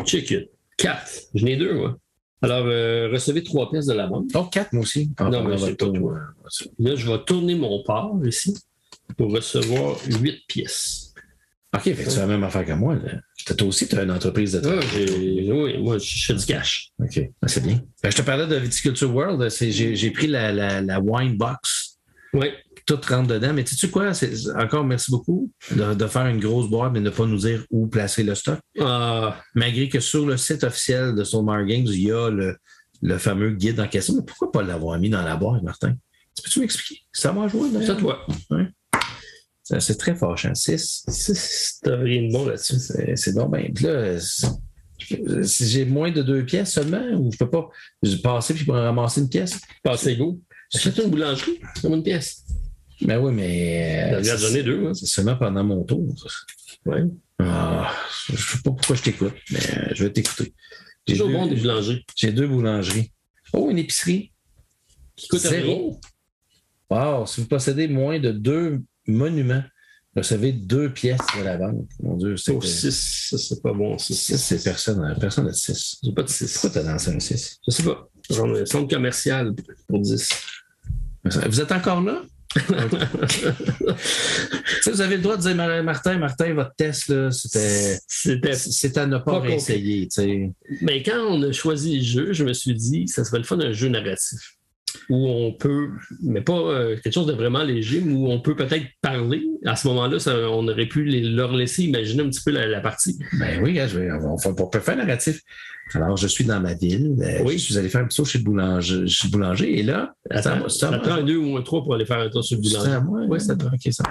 B: Check it. Quatre. Je n'ai deux, moi. Alors, euh, recevez trois pièces de la banque.
C: Donc, 4, moi aussi. Ah,
B: Non, mais
C: on va
B: c'est pas
C: tourner.
B: Là, je vais tourner mon port ici pour recevoir huit pièces.
C: OK, fait que tu as la même affaire que moi. Là. Toi aussi, tu as une entreprise de
B: Ah,
C: travail.
B: j'ai- oui, moi, je fais du cash.
C: OK, Ah, c'est bien. Ben, je te parlais de Viticulture World. c'est- J'ai j'ai pris la, la- la wine box.
B: Oui.
C: Tout rentre dedans. Mais sais-tu quoi? C'est- Encore merci beaucoup de, de faire une grosse boîte, mais de ne pas nous dire où placer le stock.
B: Ah,
C: malgré que sur le site officiel de Soulmar Games, il y a le, le fameux guide en question. Mais pourquoi pas l'avoir mis dans la boîte, Martin? Tu Peux-tu m'expliquer? Ça m'a joué,
B: c'est à toi.
C: C'est c'est très fâchant. 6.
B: Si- si T'as rien de bon là-dessus.
C: C'est c'est donc bien. Puis là, c'est- je- si j'ai moins de deux pièces seulement, ou je peux pas je passer puis pour ramasser une pièce.
B: Passez go. Achète une boulangerie. Comme une pièce.
C: Ben oui, mais.
B: T'as déjà donné deux, hein?
C: C'est seulement pendant mon tour. ça.
B: Ouais.
C: Ah, je ne sais pas pourquoi je t'écoute, mais euh, je vais t'écouter. J'ai
B: Toujours
C: deux-
B: bon des boulangers.
C: j'ai deux boulangeries. Oh, une épicerie.
B: Qui coûte rien.
C: Zéro. Wow, si vous possédez moins de deux monuments, recevez deux pièces de la vente. Mon Dieu, c'est
B: Pour six, ça, c'est pas bon. ça.
C: Six, c'est personne, euh, personne de six.
B: J'ai pas de six.
C: Pourquoi t'as lancé un six?
B: Je sais pas. J'en ai un centre commercial pour 10.
C: Vous êtes encore là? Tu sais, vous avez le droit de dire Mar- Martin, Martin, votre test, là, c'était.
B: C'était.
C: C'est à ne
B: Pas
C: pas,
B: compris.
C: réessayer. tu sais.
B: Mais quand on a choisi le jeu, je me suis dit, ça serait le fun d'un jeu narratif où on peut, mais pas euh, quelque chose de vraiment léger, mais où on peut peut-être parler. À ce moment-là, ça- on aurait pu les- leur laisser imaginer un petit peu la, la partie.
C: Ben oui, hein, je vais, on, va- on peut faire un narratif. Alors, je suis dans ma ville. euh,
B: Oui.
C: Je suis allé faire un petit tour chez le boulanger, chez le boulanger et là,
B: Attends,
C: à moi, c'est à
B: ça
C: moi.
B: prend un deux ou un trois pour aller faire un tour sur le
C: c'est
B: boulanger.
C: à moi.
B: Oui, c'est à
C: toi. OK, ça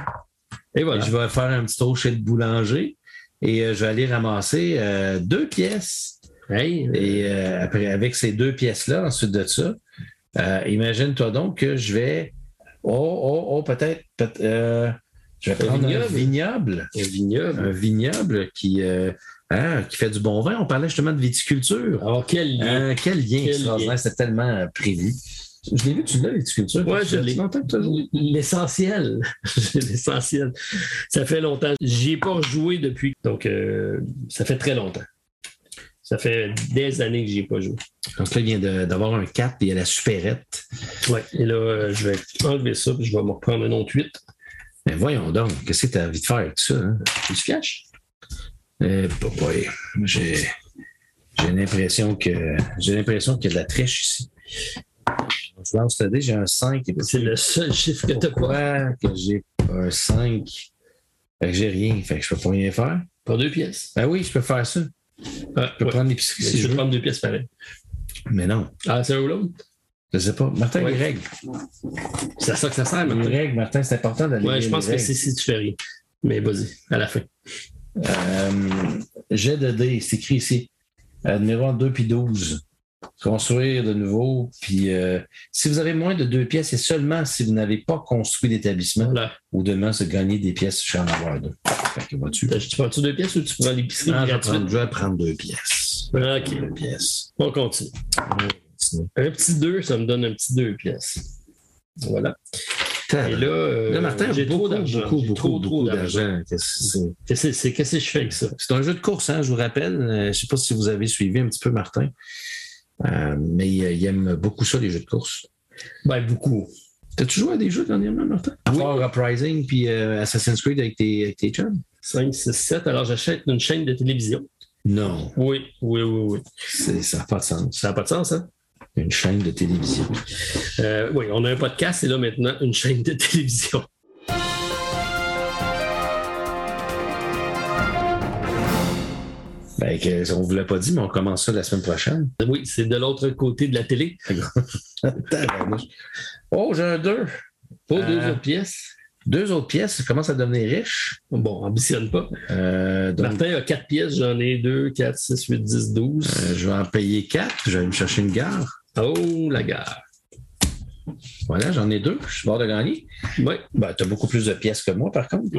B: Et
C: Et
B: voilà.
C: je vais faire un petit tour chez le boulanger et euh, je vais aller ramasser euh, deux pièces.
B: Hey,
C: Et euh, après, avec ces deux pièces-là, ensuite de ça, euh, imagine-toi donc que je vais. Oh, oh, oh, peut-être. peut- euh, je vais
B: Un
C: prendre un
B: vignoble.
C: vignoble.
B: un vignoble.
C: Un vignoble qui, euh, hein, qui fait du bon vin. On parlait justement de viticulture.
B: Alors, quel lien.
C: Hein, quel lien
B: Quel lien.
C: extraordinaire. C'était tellement euh, prévu. Je l'ai vu, tu l'as, viticulture.
B: Ouais,
C: Ça
B: je
C: fait
B: l'ai.
C: longtemps que tu as joué.
B: L'essentiel. L'essentiel. Ça fait longtemps. J'y ai pas joué depuis. Donc, euh, ça fait très longtemps. Ça fait des années que j'y ai pas joué.
C: Donc là, il vient de- d'avoir un 4 et il y a la supérette.
B: Ouais. Et là, euh, je vais enlever ça, puis je vais me reprendre un autre 8.
C: Mais Ben, voyons donc, qu'est-ce que tu as envie de faire avec ça? Hein?
B: Tu caches?
C: Eh, papaye, j'ai, j'ai l'impression que j'ai l'impression qu'il y a de la triche ici. Je lance le dé, j'ai un 5. Et
B: C'est le seul chiffre que t'as pas.
C: pourquoi que j'ai un 5? Fait que j'ai rien, fait que je peux pas rien faire.
B: Pas deux pièces.
C: Ben oui, je peux faire ça. Je
B: Ah,
C: peux
B: ouais.
C: prendre l'épicerie
B: Mais
C: si
B: Je
C: je
B: vais
C: veux.
B: prendre deux pièces pareil.
C: Mais non,
B: Ah, c'est un ou l'autre?
C: je sais pas. Martin,
B: Ouais.
C: les règles.
B: C'est à ça que ça sert,
C: Les
B: maintenant.
C: règles, Martin, c'est important d'aller
B: Ouais,
C: lire
B: je
C: les
B: pense que
C: règles.
B: c'est si tu fais rien. Mais vas-y, à la fin.
C: Euh, jet de dés, c'est écrit ici. Admirons 2 puis 12. Construire de nouveau. Puis euh, si vous avez moins de deux pièces, et seulement si vous n'avez pas construit d'établissement
B: Voilà.
C: ou demain se gagner des pièces, je vais en avoir deux. Fait que vas-tu?
B: T'as- Tu prends-tu deux pièces ou tu prends l'épicerie
C: Ah, je, vais
B: gratuite? Ah,
C: prendre, je vais prendre deux pièces.
B: Ok,
C: Deux pièces.
B: on continue.
C: Sinon,
B: Un petit 2, ça me donne un petit 2 pièces. Voilà.
C: Et là, euh,
B: Là, Martin,
C: j'ai
B: beaucoup,
C: trop d'argent.
B: beaucoup,
C: J'ai
B: beaucoup,
C: trop,
B: beaucoup
C: trop d'argent. Qu'est-ce que c'est?
B: Qu'est-ce que c'est- qu'est-ce que je fais avec ça?
C: C'est un jeu de course, hein, je vous rappelle. Euh, je ne sais pas si vous avez suivi un petit peu Martin. Euh, mais il, il aime beaucoup ça, les jeux de course.
B: Ben, beaucoup.
C: T'as-tu joué à des jeux dernièrement, Martin? À part Uprising puis euh, Assassin's Creed avec tes, avec tes chums?
B: 5, 6, 7. Alors, j'achète une chaîne de télévision.
C: Non,
B: Oui, oui, oui, oui.
C: c'est- ça n'a pas de sens.
B: Ça n'a pas de sens, hein?
C: Une chaîne de télévision.
B: Euh, oui, on a un podcast et là, maintenant, une chaîne de télévision.
C: Fait Ben, que, on ne vous l'a pas dit, mais on commence ça la semaine prochaine.
B: Oui, c'est de l'autre côté de la télé.
C: Tabarnouche. oh, j'ai un deux.
B: Pas
C: Euh.
B: deux autres pièces.
C: Deux autres pièces, je commence à devenir riche.
B: Bon, ambitionne pas.
C: Euh, donc,
B: Martin a quatre pièces, j'en ai deux, quatre, six, huit, dix, douze.
C: euh, je vais en payer quatre. Je vais aller me chercher une gare.
B: Oh, la gare.
C: Voilà, j'en ai deux. Je suis bord de gagner.
B: Oui,
C: Ben, tu as beaucoup plus de pièces que moi, par contre.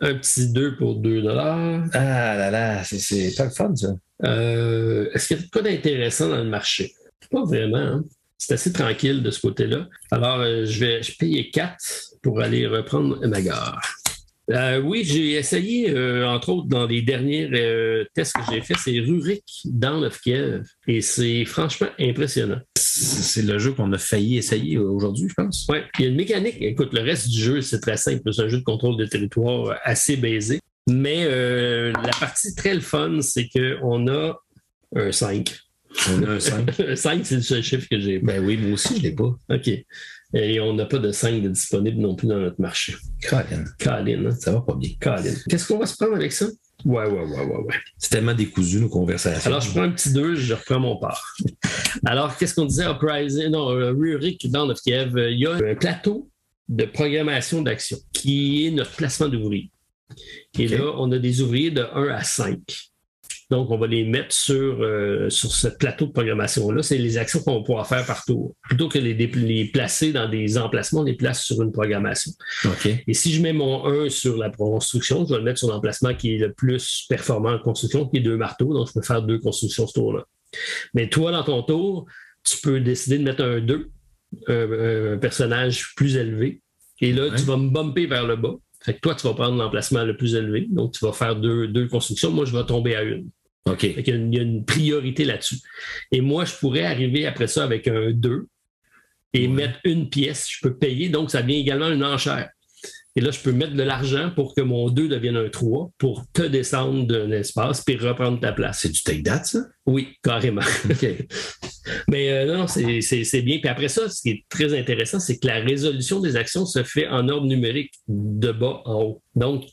B: un petit deux pour 2 dollars.
C: Ah là là, c'est- c'est pas le fun, ça.
B: Euh, Est-ce qu'il y a quoi d'intéressant dans le marché? Pas vraiment. hein. C'est assez tranquille de ce côté-là. Alors, euh, je vais je payer 4 pour aller reprendre ma gare. Euh, oui, j'ai essayé, euh, entre autres, dans les derniers euh, tests que j'ai faits, c'est Rurik dans of Kiev. Et c'est franchement impressionnant.
C: C'est c'est le jeu qu'on a failli essayer aujourd'hui, je pense.
B: Ouais, il y a une mécanique. Écoute, le reste du jeu, c'est très simple. C'est un jeu de contrôle de territoire euh, assez baisé. Mais euh, la partie très le fun, c'est qu'on a un 5.
C: On a un 5.
B: 5, c'est le seul chiffre que j'ai.
C: ben oui, moi aussi, je l'ai pas.
B: OK. Et on n'a pas de 5 de disponible non plus dans notre marché.
C: Colin,
B: Colin, hein?
C: ça va pas bien.
B: Colin. Qu'est-ce qu'on va se prendre avec ça? Ouais, ouais, ouais, ouais, ouais.
C: C'est tellement décousu, nos conversations.
B: Alors, je prends un petit 2, je reprends mon part. Alors, qu'est-ce qu'on disait? Uprising, non, euh, Rurik dans notre Kiev, euh, il y a un plateau de programmation d'action qui est notre placement d'ouvriers. Et
C: OK.
B: là, on a des ouvriers de 1 à 5. Donc, on va les mettre sur, euh, sur ce plateau de programmation-là. C'est les actions qu'on va pouvoir faire par tour. Plutôt que les, dé- les placer dans des emplacements, on les place sur une programmation.
C: OK.
B: Et si je mets mon 1 sur la construction, je vais le mettre sur l'emplacement qui est le plus performant en construction, qui est deux marteaux. Donc, je peux faire deux constructions ce tour-là. Mais toi, dans ton tour, tu peux décider de mettre un 2, un, un personnage plus élevé. Et là,
C: Ouais.
B: tu vas me bumper vers le bas. Fait que toi, tu vas prendre l'emplacement le plus élevé. Donc, tu vas faire deux, deux constructions. Moi, je vais tomber à une.
C: OK.
B: Fait qu'il y a une- il y a une priorité là-dessus. Et moi, je pourrais arriver après ça avec un 2 et
C: Ouais.
B: mettre une pièce. Je peux payer, donc ça devient également une enchère. Et là, je peux mettre de l'argent pour que mon 2 devienne un 3 pour te descendre d'un espace puis reprendre ta place.
C: C'est du take that, ça?
B: Oui, carrément.
C: OK.
B: Mais euh, non, non, c'est- c'est c'est bien. Puis après ça, ce qui est très intéressant, c'est que la résolution des actions se fait en ordre numérique de bas en haut. Donc,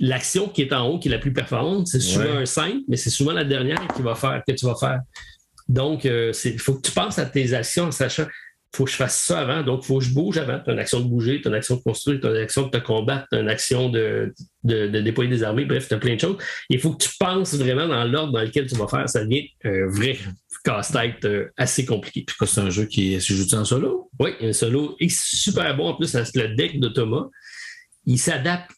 B: l'action qui est en haut, qui est la plus performante, c'est souvent
C: Ouais.
B: un 5, mais c'est souvent la dernière qui va faire, que tu vas faire. Donc, euh, c'est- il faut que tu penses à tes actions en sachant faut que je fasse ça avant, donc il faut que je bouge avant. Tu as une action de bouger, tu as une action de construire, tu as une action de te combattre, tu as une action de, de, de déployer des armées, bref, tu as plein de choses. Il faut que tu penses vraiment dans l'ordre dans lequel tu vas faire. Ça devient un vrai casse-tête euh, assez compliqué.
C: Puis quoi, c'est un jeu qui est. Si je joue en solo?
B: Oui, un solo est super bon. En plus, c'est le deck de Thomas. Il s'adapte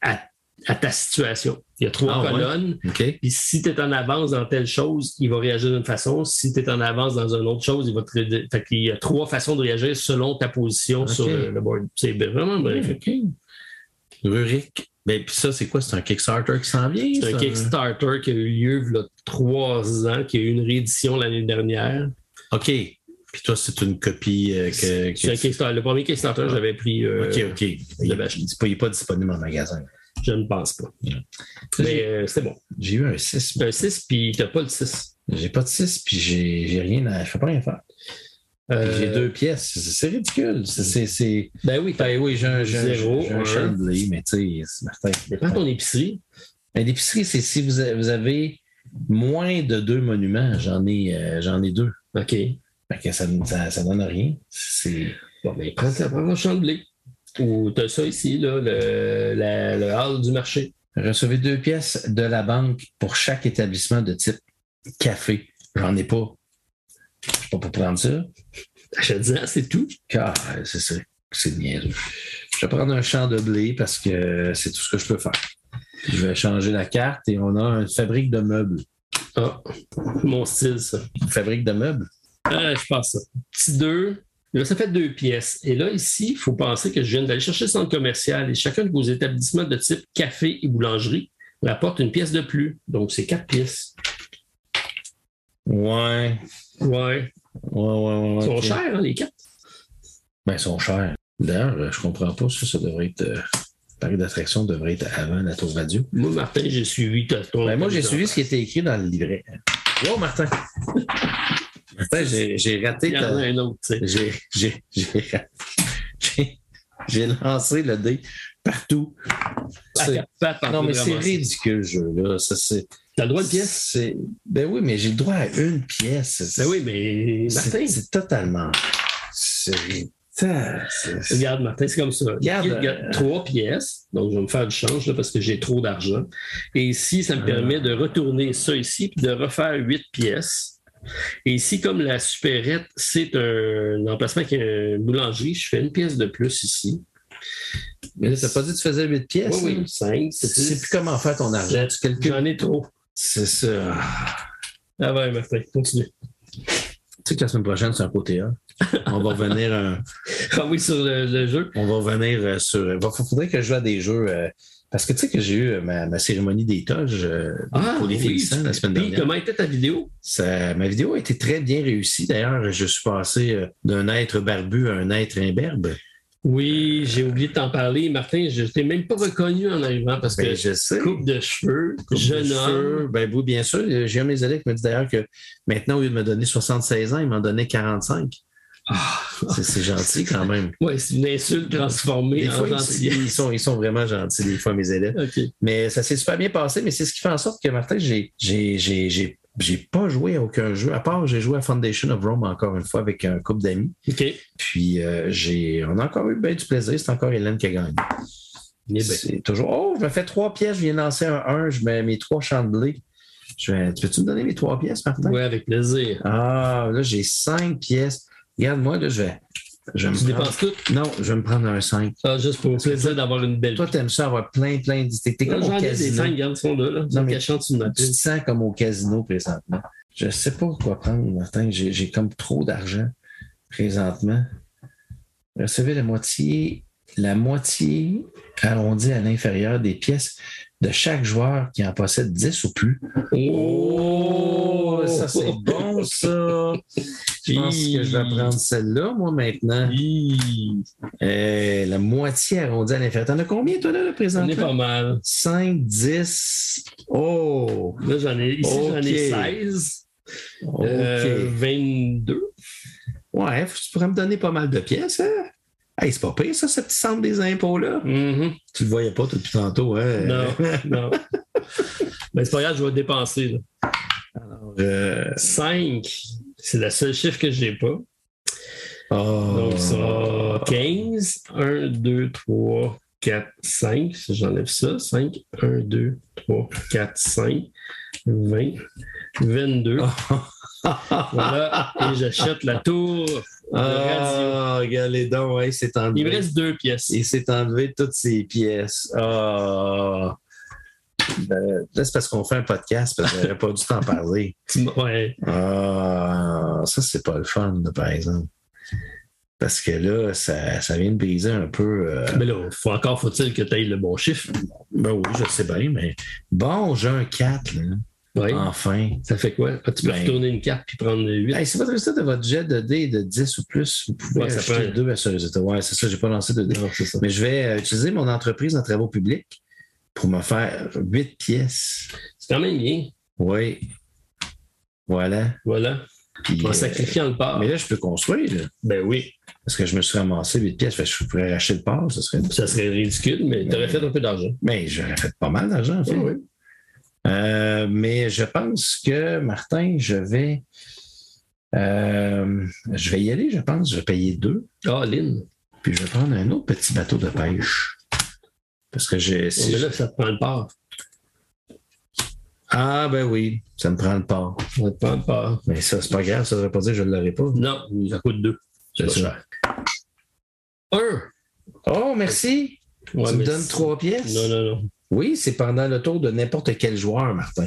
B: à, à ta situation. Il y a trois
C: Ah, ouais.
B: colonnes.
C: OK.
B: Puis si tu es en avance dans telle chose, il va réagir d'une façon. Si tu es en avance dans une autre chose, il va te ré- Fait qu'il y a trois façons de réagir selon ta position
C: Ok.
B: sur le, le board. C'est vraiment magnifique.
C: OK. Rurik. Ben, puis ça, c'est quoi? C'est un Kickstarter qui s'en vient?
B: C'est un
C: ça?
B: Kickstarter qui a eu lieu il y a trois ans, qui a eu une réédition l'année dernière.
C: OK. Puis toi, c'est une copie euh, que.
B: C'est un
C: que-
B: Kickstarter. Le premier Kickstarter, j'avais pris. euh,
C: OK, OK. Il
B: l'avais acheté.
C: n'est pas disponible en magasin.
B: Je ne pense pas.
C: Ouais.
B: Mais euh, c'est bon.
C: J'ai eu un 6.
B: C'est un 6, puis tu n'as pas le 6.
C: J'ai pas de 6, puis j'ai j'ai rien à. Je peux pas rien faire.
B: Euh,
C: J'ai deux pièces. C'est- C'est ridicule. C'est- c'est- C'est.
B: Ben oui, t'as
C: Ben oui, j'ai un, j'ai un-
B: Zéro,
C: j'ai
B: un.
C: un chandelier, mais tu sais, c'est Martin.
B: dépend de ton épicerie.
C: Ben, L'épicerie, c'est si vous a- vous avez moins de deux monuments, j'en ai, euh, j'en ai deux.
B: OK.
C: Fait que ça ne ça, ça donne rien. C'est
B: Bon, ben, prends ta prends ton chamblé. Ou t'as ça ici, là, le, la- le hall du marché.
C: recevez deux pièces de la banque pour chaque établissement de type café. J'en ai pas. Je suis pas pour prendre ça.
B: Achète-en, c'est tout.
C: Car c'est ça. C'est niaiseux. Je vais prendre un champ de blé parce que c'est tout ce que je peux faire. Je vais changer la carte et on a une fabrique de meubles.
B: Ah, mon style, ça.
C: Une fabrique de meubles?
B: Euh, Ah, je pense ça. Petit 2, Là, ça fait deux pièces. Et là, ici, il faut penser que je viens d'aller chercher le centre commercial et chacun de vos établissements de type café et boulangerie rapporte une pièce de plus. Donc, c'est quatre pièces.
C: Ouais.
B: Ouais.
C: Ouais, ouais, ouais.
B: Ils sont
C: ok.
B: chers, hein, les quatre.
C: Ben, ils sont chers. D'ailleurs, euh, je comprends pas ça, ça devrait être. euh, le parc d'attraction devrait être avant la tour radio.
B: Moi, Martin, j'ai suivi ta ton-
C: Ben, moi, j'ai
B: ton-
C: suivi ce qui était écrit dans le livret. Wow, Martin! Martin, j'ai j'ai raté
B: Il y en
C: ta-
B: a un autre, tu sais.
C: J'ai, j'ai, j'ai, j'ai- j'ai lancé le dé partout. C'est-
B: À Ah, quatre pattes,
C: non,
B: on
C: mais
B: peut
C: c'est
B: ramasser.
C: ridicule, ce jeu-là. Ça, c'est,
B: T'as le droit de pièce?
C: c'est- Ben oui, mais j'ai le droit à une pièce. C'est,
B: Ben oui, mais
C: c'est-
B: Martin,
C: c'est totalement. C'est ridicule. C'est- c'est-
B: regarde, Martin, c'est comme ça.
C: Regarde,
B: Il y a
C: euh,
B: trois pièces, donc je vais me faire du change là, parce que j'ai trop d'argent. Et ici, ça me
C: Ah.
B: permet de retourner ça ici puis de refaire huit pièces. Et ici, comme la supérette, c'est un emplacement qui est une boulangerie, je fais une pièce de plus ici.
C: Mais là, t'as pas dit que tu faisais 8 pièces? hein?
B: Oui,
C: là?
B: oui, cinq,
C: Tu sais plus
B: six.
C: comment faire ton argent. Tu calcules.
B: J'en ai trop.
C: C'est ça.
B: Ah ouais, Martin, continue.
C: Tu sais que la semaine prochaine, c'est un côté A. On va revenir un,
B: Ah oui, sur le, le jeu.
C: On va revenir euh, sur. Il faudrait que je joue à des jeux. euh, parce que tu sais que j'ai eu euh, ma, ma cérémonie des toges euh, pour les félicitants la semaine
B: Ah Puis,
C: dernière.
B: comment était ta vidéo?
C: Ça- ma vidéo a été très bien réussie. D'ailleurs, je suis passé euh, d'un être barbu à un être imberbe.
B: Oui, j'ai oublié de t'en parler. Martin, je t'ai même pas reconnu en arrivant parce
C: Ben,
B: que
C: je sais.
B: coupe de cheveux,
C: Coupe de
B: jeune
C: cheveux.
B: homme.
C: Ben oui, bien sûr. Euh, J'ai un de mes élèves qui me dit d'ailleurs que maintenant, au lieu de me donner 76 ans, il m'en donnait 45. C'est- C'est gentil quand même.
B: Oui, Ah, c'est une insulte transformée
C: Des
B: en
C: fois, ils,
B: gentillesse.
C: ils sont, ils sont vraiment gentils, des fois, mes élèves.
B: OK.
C: Mais ça s'est super bien passé, mais c'est ce qui fait en sorte que Martin, j'ai j'ai- j'ai- j'ai- j'ai pas joué à aucun jeu, à part j'ai joué à Foundation of Rome encore une fois avec un couple d'amis.
B: OK.
C: Puis euh, j'ai on a encore eu bien du plaisir, c'est encore Hélène qui a gagné.
B: Eh ben,
C: C'est toujours Oh, je me fais trois pièces, je viens de lancer un 1, je mets mes trois chandeliers. Je vais- tu peux-tu me donner mes trois pièces, Martin?
B: ouais, avec plaisir.
C: Ah, là, j'ai cinq pièces. Regarde-moi, là, je vais. Je vais
B: Tu
C: me prendre-
B: dépenses tout
C: Non, je vais me prendre un 5.
B: ah, juste pour le plaisir d'avoir une belle
C: Toi,
B: vie.
C: t'aimes ça avoir plein, plein d'idées. T'es
B: Là,
C: comme au
B: J'en ai des
C: casino.
B: cinq garçons là, là,
C: Non,
B: en
C: mais-
B: cachant sous ma
C: Tu te
B: piste.
C: sens comme au casino présentement. Je ne sais pas quoi prendre, Martin. J'ai j'ai comme trop d'argent présentement. Recevez la moitié, la moitié arrondie à l'inférieur des pièces de chaque joueur qui en possède 10 ou plus. Oh!
B: Oh,
C: ça c'est bon, ça. Je pense que je vais prendre celle-là, moi, maintenant.
B: Hi.
C: Euh, la moitié arrondie à l'inférieur. T'en as combien, toi, là, là
B: On est pas
C: présentement?
B: mal.
C: 5, 10. Oh!
B: Là, j'en ai, ici, j'en ai
C: Ok.
B: 16,
C: OK.
B: euh, 22.
C: Ouais, faut- tu pourrais me donner pas mal de pièces, hein? Hey, c'est pas pire, ça, ce petit centre des impôts-là.
B: Mhm.
C: Tu le voyais pas depuis tantôt, hein?
B: Non, non. Ben, c'est pas grave, je vais dépenser. là.
C: Euh,
B: 5, c'est le seul chiffre que j'ai pas.
C: oh.
B: Donc, ça sera 15. 1, 2, 3, 4, 5. Si j'enlève ça, 5. 1, 2, 3, 4, 5. 20. 22. Voilà. Et j'achète la tour.
C: Ah, regarde les dons, hey, c'est enlevé.
B: Il me reste deux pièces.
C: Il s'est enlevé toutes ses pièces. Ah. Ben, là, c'est parce qu'on fait un podcast, parce que j'aurais pas dû t'en parler.
B: Tu m'as- Ouais.
C: Ah, ça, c'est pas le fun, là, par exemple. Parce que là, ça, ça vient de briser un peu. euh,
B: Mais là, faut, encore faut-il que tu ailles le bon chiffre.
C: Ben oui, je sais bien, mais bon, j'ai un 4, là.
B: Ouais.
C: Enfin.
B: Ça fait quoi? Ah, tu peux
C: Ah. Ben-
B: retourner une carte puis prendre le 8.
C: Hey, si votre résultat de votre jet de dés est de 10 ou plus, vous pouvez
B: Ouais, ça
C: acheter
B: prend-
C: deux à ce résultat. Ouais, c'est ça, j'ai pas lancé de dés.
B: c'est ça.
C: Mais je vais euh, utiliser mon entreprise en travaux publics pour me faire 8 pièces.
B: C'est quand même bien.
C: Oui. Voilà.
B: Voilà.
C: Puis,
B: En
C: euh,
B: sacrifiant le part.
C: mais là, je peux construire, là,
B: Ben oui.
C: parce que je me suis ramassé 8 pièces. Fait que je pourrais racheter le port, ce serait.
B: Ça serait ridicule, mais
C: Ben.
B: t'aurais fait un peu d'argent.
C: Mais j'aurais fait pas mal d'argent, en fait. Euh, mais je pense que, Martin, je vais. euh, je vais y aller, je pense. Je vais payer deux.
B: Ah, Lynn.
C: Puis je vais prendre un autre petit bateau de pêche. Parce que j'ai. si
B: Mais
C: je-
B: là, ça te prend le part.
C: Ah, ben oui, ça me prend le port.
B: Ça te prend le part.
C: Mais ça, c'est pas grave. Ça ne veut pas dire que je ne l'aurai pas.
B: Non, ça coûte deux. C'est pas
C: C'est ça.
B: cher. Un.
C: Oh, merci.
B: Ouais,
C: tu me
B: mais
C: donnes
B: c'est-
C: trois pièces.
B: Non, non, non.
C: Oui, c'est pendant le tour de n'importe quel joueur, Martin.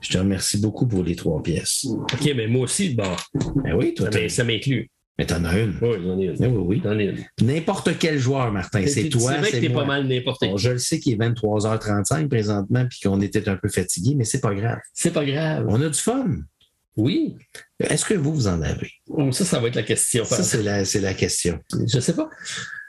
C: Je te remercie beaucoup pour les trois pièces.
B: OK, mais moi aussi, bon,
C: Ben oui, toi,
B: ça m'in-
C: t'as-
B: ça m'inclut.
C: Mais t'en as une.
B: Oui, j'en ai une.
C: Oui, oui,
B: J'en ai une.
C: oui. N'importe quel joueur, Martin, Ben, c'est toi,
B: C'est vrai que
C: c'est
B: t'es
C: moi.
B: pas mal n'importe
C: Bon,
B: qui.
C: je le sais qu'il est 23h35 présentement puis qu'on était un peu fatigué, mais c'est pas grave.
B: C'est pas grave.
C: On a du fun.
B: Oui.
C: Est-ce que vous, vous en avez?
B: Oh, Ça, ça va être la question.
C: Ça, c'est la, c'est la question.
B: Je sais pas.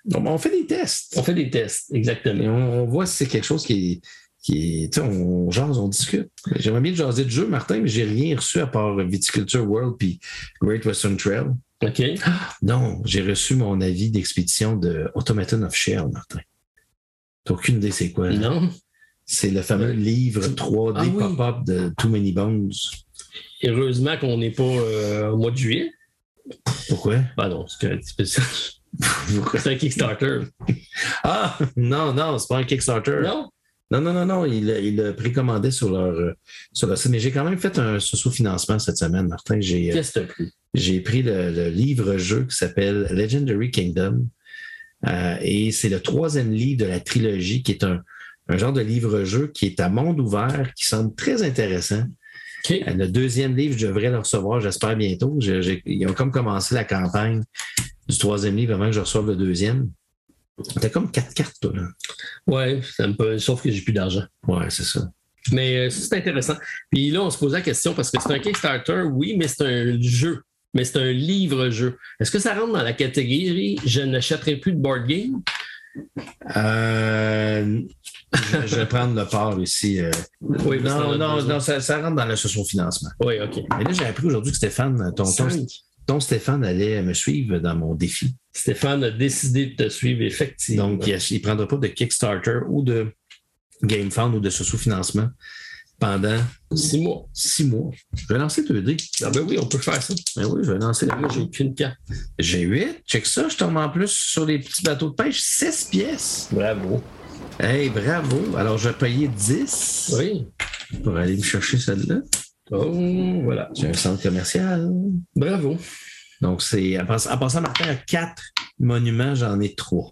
C: Donc, on fait des tests.
B: On fait des tests,
C: Et
B: exactement.
C: on, on voit si c'est quelque chose qui est. Qui est tu sais, on jase, on discute. J'aimerais bien jaser de jeu, Martin, mais j'ai rien reçu à part Viticulture World puis Great Western Trail.
B: OK.
C: Non, j'ai reçu mon avis d'expédition de Automaton of Shell, Martin. T'as aucune idée c'est quoi. là?
B: Non.
C: C'est le fameux livre 3D
B: Ah oui.
C: pop-up de Too Many Bones.
B: Heureusement qu'on n'est pas euh, au mois de juillet.
C: Pourquoi?
B: Ben non, c'est un petit peu ça.
C: Pourquoi?
B: C'est un Kickstarter.
C: Ah, non, non, c'est pas un Kickstarter.
B: Non?
C: Non, non, non, non, il, il le précommandait sur leur, euh, sur leur site. Mais j'ai quand même fait un ce sous-financement cette semaine, Martin. J'ai, euh,
B: Qu'est-ce que t'as pris?
C: j'ai pris le, le livre-jeu qui s'appelle Legendary Kingdom. Euh, et c'est le troisième livre de la trilogie qui est un, un genre de livre-jeu qui est à monde ouvert, qui semble très intéressant.
B: OK.
C: Euh, Le deuxième livre, je devrais le recevoir, j'espère bientôt. Je- j'ai- ils ont comme commencé la campagne du troisième livre avant que je reçoive le deuxième. T'as comme quatre cartes, toi. là.
B: Ouais, ça me peut- sauf que j'ai plus d'argent.
C: Ouais, c'est ça.
B: Mais euh, ça, c'est intéressant. Puis là, on se pose la question parce que c'est un Kickstarter, oui, mais c'est un jeu. Mais c'est un livre-jeu. Est-ce que ça rentre dans la catégorie je n'achèterai plus de board game?
C: Euh, je, je vais prendre le part ici. euh.
B: Oui, mais c'est dans
C: non,
B: notre
C: non,
B: besoin.
C: non, ça, ça rentre dans le sous-financement.
B: Oui, OK.
C: Mais là, j'ai appris aujourd'hui que Stéphane, ton, ton,
B: Cinq.
C: ton Stéphane allait me suivre dans mon défi.
B: Stéphane a décidé de te suivre, effectivement.
C: Donc, il ne prendra pas de Kickstarter ou de GameFound ou de ce sous-financement pendant
B: six mois.
C: six mois. Je vais lancer 2D.
B: Ah ben oui, on peut faire ça.
C: Ben oui, je vais lancer la
B: Moi, j'ai aucune carte.
C: J'ai 8. Check ça, je tombe en plus sur les petits bateaux de pêche. 16 pièces.
B: Bravo.
C: Hey, bravo. Alors, je vais payer 10
B: Oui.
C: pour aller me chercher celle-là.
B: Oh, voilà.
C: J'ai un centre commercial.
B: Bravo.
C: Donc, c'est. En pass- en passant, Martin a quatre monuments, j'en ai trois.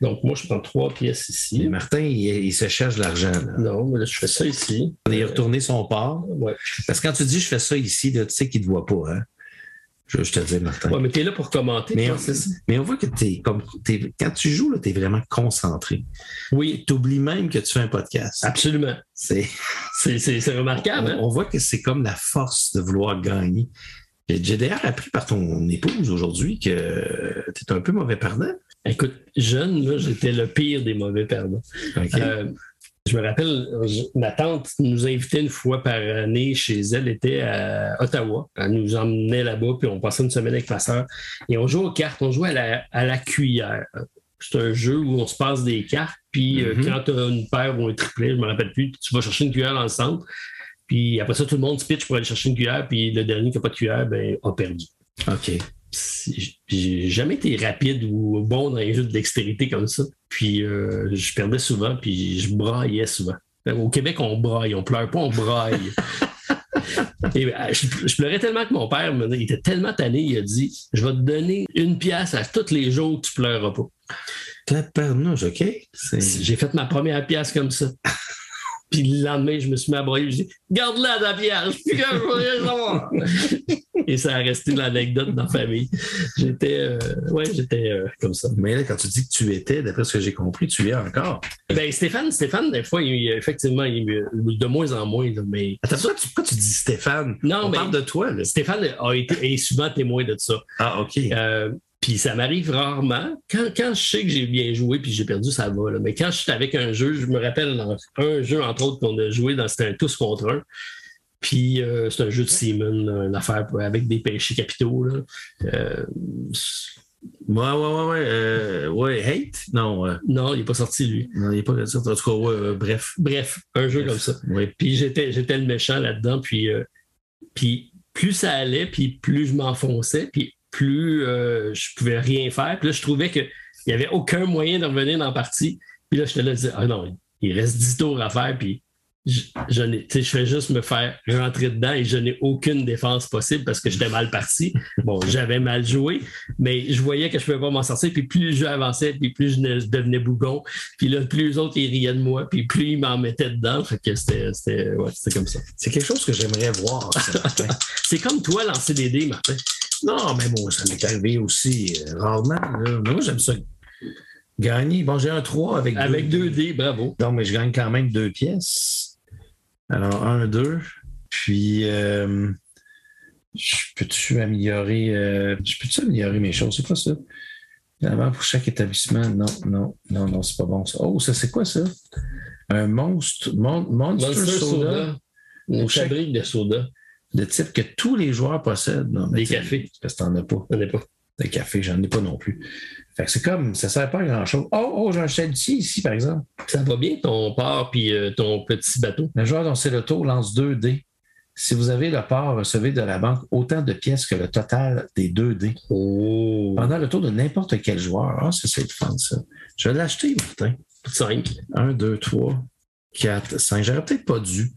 B: Donc, moi, je prends trois pièces
C: Mais
B: ici.
C: Martin, il, il se cherche de l'argent. là.
B: Non, mais là, je fais ça ici.
C: Il est retourné son port.
B: Ouais.
C: Parce que quand tu dis je fais ça ici, là, tu sais qu'il ne te voit pas. Hein? Je, je te le dis, Martin.
B: Ouais, mais t'es là pour commenter.
C: Mais
B: toi,
C: on-
B: c'est ça?
C: Mais on voit que t'es comme, t'es- quand tu joues, tu es vraiment concentré.
B: Oui,
C: Tu oublies même que tu fais un podcast.
B: absolument.
C: C'est,
B: C'est- C'est c'est
C: on,
B: remarquable, hein?
C: on voit que c'est comme la force de vouloir gagner. J'ai j'ai d'ailleurs appris par ton épouse aujourd'hui que tu es un peu mauvais perdant.
B: Écoute, jeune, là, j'étais le pire des mauvais perdants. Euh, je me rappelle, je- ma tante nous invitait une fois par année chez elle, elle était à Ottawa. Elle nous emmenait là-bas, puis on passait une semaine avec ma soeur. Et on jouait aux cartes, on jouait à la, à la cuillère. C'est un jeu où on se passe des cartes, puis euh,
C: Mhm.
B: quand tu as une paire ou un triplet, je ne me rappelle plus, tu vas chercher une cuillère dans le centre. Puis après ça, tout le monde se pitch pour aller chercher une cuillère, puis le dernier qui n'a pas de cuillère, ben, a perdu.
C: OK.
B: Puis j'ai jamais été rapide ou bon dans les jeux de dextérité comme ça. Puis euh, je perdais souvent, puis je braillais souvent. Euh, Au Québec, on braille, on pleure pas, on braille. Et euh, je, je pleurais tellement que mon père, me- il était tellement tanné, il a dit Je vais te donner une pièce à tous les jours que tu pleureras pas.
C: Tabarnouche, OK? C'est-
B: J'ai fait ma première pièce comme ça. Puis le lendemain, je me suis mis à brailler. J'ai dit Garde-la ta pièce, puis que je veux rien savoir. Et ça a resté l'anecdote dans la famille. J'étais euh, ouais, j'étais euh, comme ça.
C: Mais là, quand tu dis que tu étais, d'après ce que j'ai compris, tu es encore.
B: Ben Stéphane, Stéphane, des fois, il- effectivement, il, de moins en moins, là, mais
C: Attends, pourquoi tu, pourquoi tu dis Stéphane?
B: Non,
C: On
B: mais-
C: parle de toi, là.
B: Stéphane a été est souvent témoin de ça.
C: Ah, OK.
B: Euh, puis ça m'arrive rarement. Quand, quand je sais que j'ai bien joué puis j'ai perdu, ça va. là. Mais quand je suis avec un jeu, je me rappelle dans un jeu, entre autres, qu'on a joué dans c'était un tous contre un. Puis euh, c'est un jeu de Simon, là, une affaire avec des péchés capitaux. Là. Euh,
C: Ouais, ouais, ouais, ouais. euh, ouais, hate? Non, euh,
B: non, il n'est pas sorti, lui.
C: non, il n'est pas de ça. En tout cas, ouais, euh, bref.
B: Bref, un jeu comme ça.
C: Oui.
B: Puis j'étais, j'étais le méchant là-dedans. Puis, euh, puis plus ça allait, puis plus je m'enfonçais, puis plus euh, je pouvais rien faire. Puis là, je trouvais qu'il n'y avait aucun moyen de revenir dans la partie. Puis là, j'étais là, je disais, ah non, il reste 10 tours à faire, puis je, je, n'ai- tu sais, je fais juste me faire rentrer dedans et je n'ai aucune défense possible parce que j'étais mal parti. Bon, j'avais mal joué, mais je voyais que je ne pouvais pas m'en sortir. Puis plus le jeu avançait, puis plus je, ne- je devenais bougon. Puis là, plus les autres, ils riaient de moi, puis plus ils m'en mettaient dedans. Fait que c'était c'était- ouais, c'était comme ça.
C: C'est quelque chose que j'aimerais voir. ça, Martin.
B: C'est comme toi lancer des dés, Martin.
C: Non, mais moi, ça m'est arrivé aussi euh, rarement. là. Mais moi, j'aime ça gagner. Bon, j'ai un 3 avec,
B: Avec
C: deux.
B: 2D, bravo.
C: Non, mais je gagne quand même deux pièces. Alors, un, deux. Puis, euh, je peux-tu améliorer, euh, je peux-tu améliorer mes choses? C'est quoi ça? Avant, pour chaque établissement, non, non, non, non, c'est pas bon. ça. Oh, ça, c'est quoi ça? Un monstre, mon- monster,
B: Monster
C: soda,
B: Soda. On
C: Au chèque.
B: fabrique de soda.
C: de type que tous les joueurs possèdent. Non, mais
B: Des
C: tu sais,
B: cafés.
C: Parce que t'en as pas.
B: On n'est pas.
C: De café, j'en ai pas non plus. Fait que c'est comme, ça sert pas à grand-chose. Oh, oh, j'ai un chalutier ici, par exemple.
B: Ça va bien ton port puis euh, ton petit bateau.
C: Le joueur dont c'est le tour lance 2 dés. Si vous avez le part, recevez de la banque autant de pièces que le total des 2 dés.
B: Oh.
C: Pendant le tour de n'importe quel joueur. Ah, ça, c'est le fun, ça. Je vais l'acheter, Martin.
B: 5.
C: 1, 2, 3, 4, 5. J'aurais peut-être pas dû,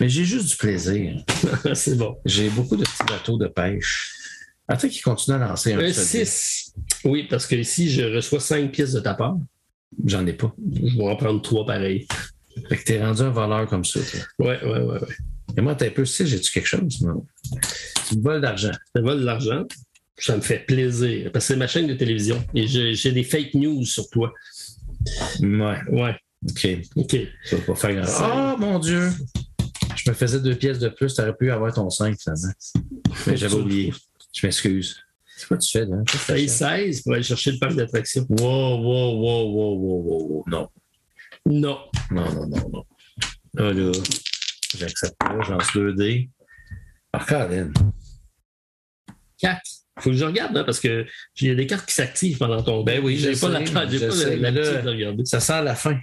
C: mais j'ai juste du plaisir.
B: c'est bon.
C: J'ai beaucoup de petits bateaux de pêche. Attends qu'il continue à lancer un,
B: Un
C: seul dé.
B: 6. Euh, Oui, parce que ici, je reçois 5 pièces de ta part.
C: J'en ai pas.
B: Je vais en prendre 3 pareil.
C: Fait que t'es rendu un voleur comme ça. toi.
B: Ouais, ouais, ouais. ouais.
C: Et moi, t'es un peu si j'ai-tu quelque chose? Non. Tu me voles d'argent.
B: Ça vole de l'argent. Ça me fait plaisir. Parce que c'est ma chaîne de télévision. Et j'ai j'ai des fake news sur toi.
C: Ouais.
B: Ouais.
C: OK.
B: OK.
C: Ça va pas faire grand-
B: Cinq.
C: Ah, mon Dieu! Je me faisais deux pièces de plus, t'aurais pu avoir ton 5 finalement. Mais j'avais oublié. Je m'excuse. C'est quoi que tu fais là? Qu'est-ce que
B: Paye
C: t'achètes?
B: 16 pour aller chercher le parc d'attraction.
C: Wow, wow, wow, wow, wow, wow, wow. Non.
B: Non.
C: Non, non, non, non. Là, Oh là, j'accepte pas, je lance 2 dés. Ah, Colin.
B: 4. Faut que je regarde, hein, parce que il y a des cartes qui s'activent pendant ton.
C: Ben oui,
B: j'ai
C: je
B: pas la
C: sais,
B: j'ai
C: je
B: pas la-
C: sais, mais là-
B: l'habitude de regarder.
C: Ça sent la fin.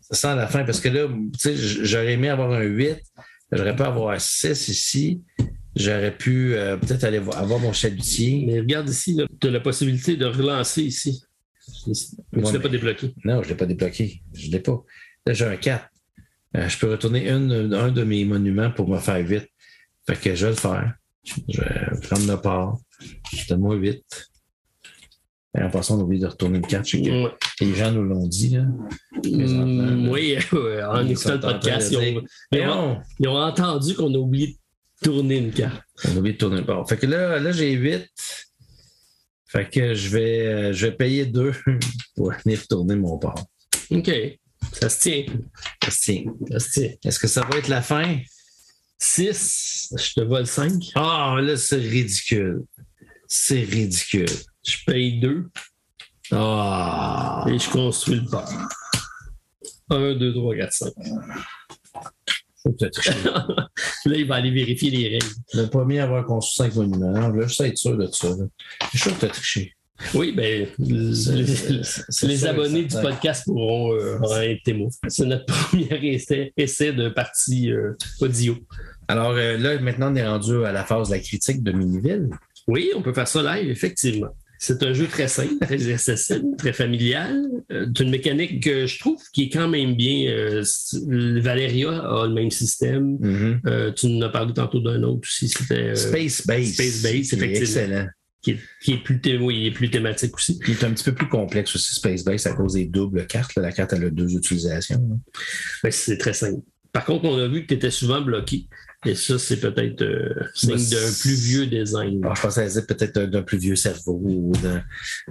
C: Ça sent la fin parce que là, tu sais, j- j'aurais aimé avoir un 8, j'aurais pu avoir 6 ici, j'aurais pu euh, peut-être aller vo- avoir mon chalutier.
B: Mais regarde ici, tu as la possibilité de relancer ici. Mais tu ne
C: Ouais,
B: l'as
C: mais-
B: pas débloqué.
C: Non, je ne l'ai pas débloqué. Je ne l'ai pas. Là, j'ai un 4. Euh, je peux retourner une- un de mes monuments pour me faire vite. Fait que je vais le faire. Je vais prendre le part. Donne-moi 8. en passant, on a oublié de retourner une carte. Je sais que
B: Ouais.
C: Les gens nous l'ont dit. Là.
B: Mm,
C: là.
B: oui, ouais, en
C: Ils
B: écoutant
C: sont
B: le
C: en train
B: podcast,
C: de
B: ils ont,
C: dire,
B: ils ont-
C: Mais non,
B: ils ont entendu qu'on a oublié de tourner une carte.
C: on a oublié de tourner le part. Fait que là, là j'ai 8. Fait que je vais, euh, je vais payer 2 pour venir tourner mon part.
B: OK. Ça se tient.
C: Christine,
B: Ça se tient.
C: Est-ce que ça va être la fin?
B: 6, je te vole 5.
C: Ah, là, c'est ridicule. C'est ridicule.
B: Je paye 2
C: Ah!
B: et je construis le port. 1, 2, 3, 4, 5. Là, il va aller vérifier les règles.
C: Le premier à avoir construit cinq monuments. Je veux juste être sûr de ça. là. Je suis sûr que tu as triché. Euh,
B: Oui, ben, les, les abonnés du podcast pourront euh, en être témoins. C'est notre premier essai, essai de partie euh, audio.
C: Alors euh, là, maintenant, on est rendu à la phase de la critique de Miniville.
B: Oui, on peut faire ça live, effectivement. C'est un jeu très simple, très accessible, très familial. Euh, C'est une mécanique que je trouve qui est quand même bien. euh, c- Valeria a le même système. Euh, tu nous as parlé tantôt d'un autre aussi, c'était euh,
C: Space Base.
B: Space Base,
C: qui est
B: effectivement.
C: Excellent.
B: qui, est, qui est plus thé- oui, il est plus thématique aussi.
C: Qui est un petit peu plus complexe aussi, Space Base, à cause des doubles cartes. là. La carte, elle a deux utilisations. là.
B: Mais Ben, c'est très simple. Par contre, on a vu que tu étais souvent bloqué. Et ça, c'est peut-être euh, signe
C: Ben,
B: d'un plus vieux design.
C: Alors, je pensais à dire peut-être d'un- d'un plus vieux cerveau ou d'un.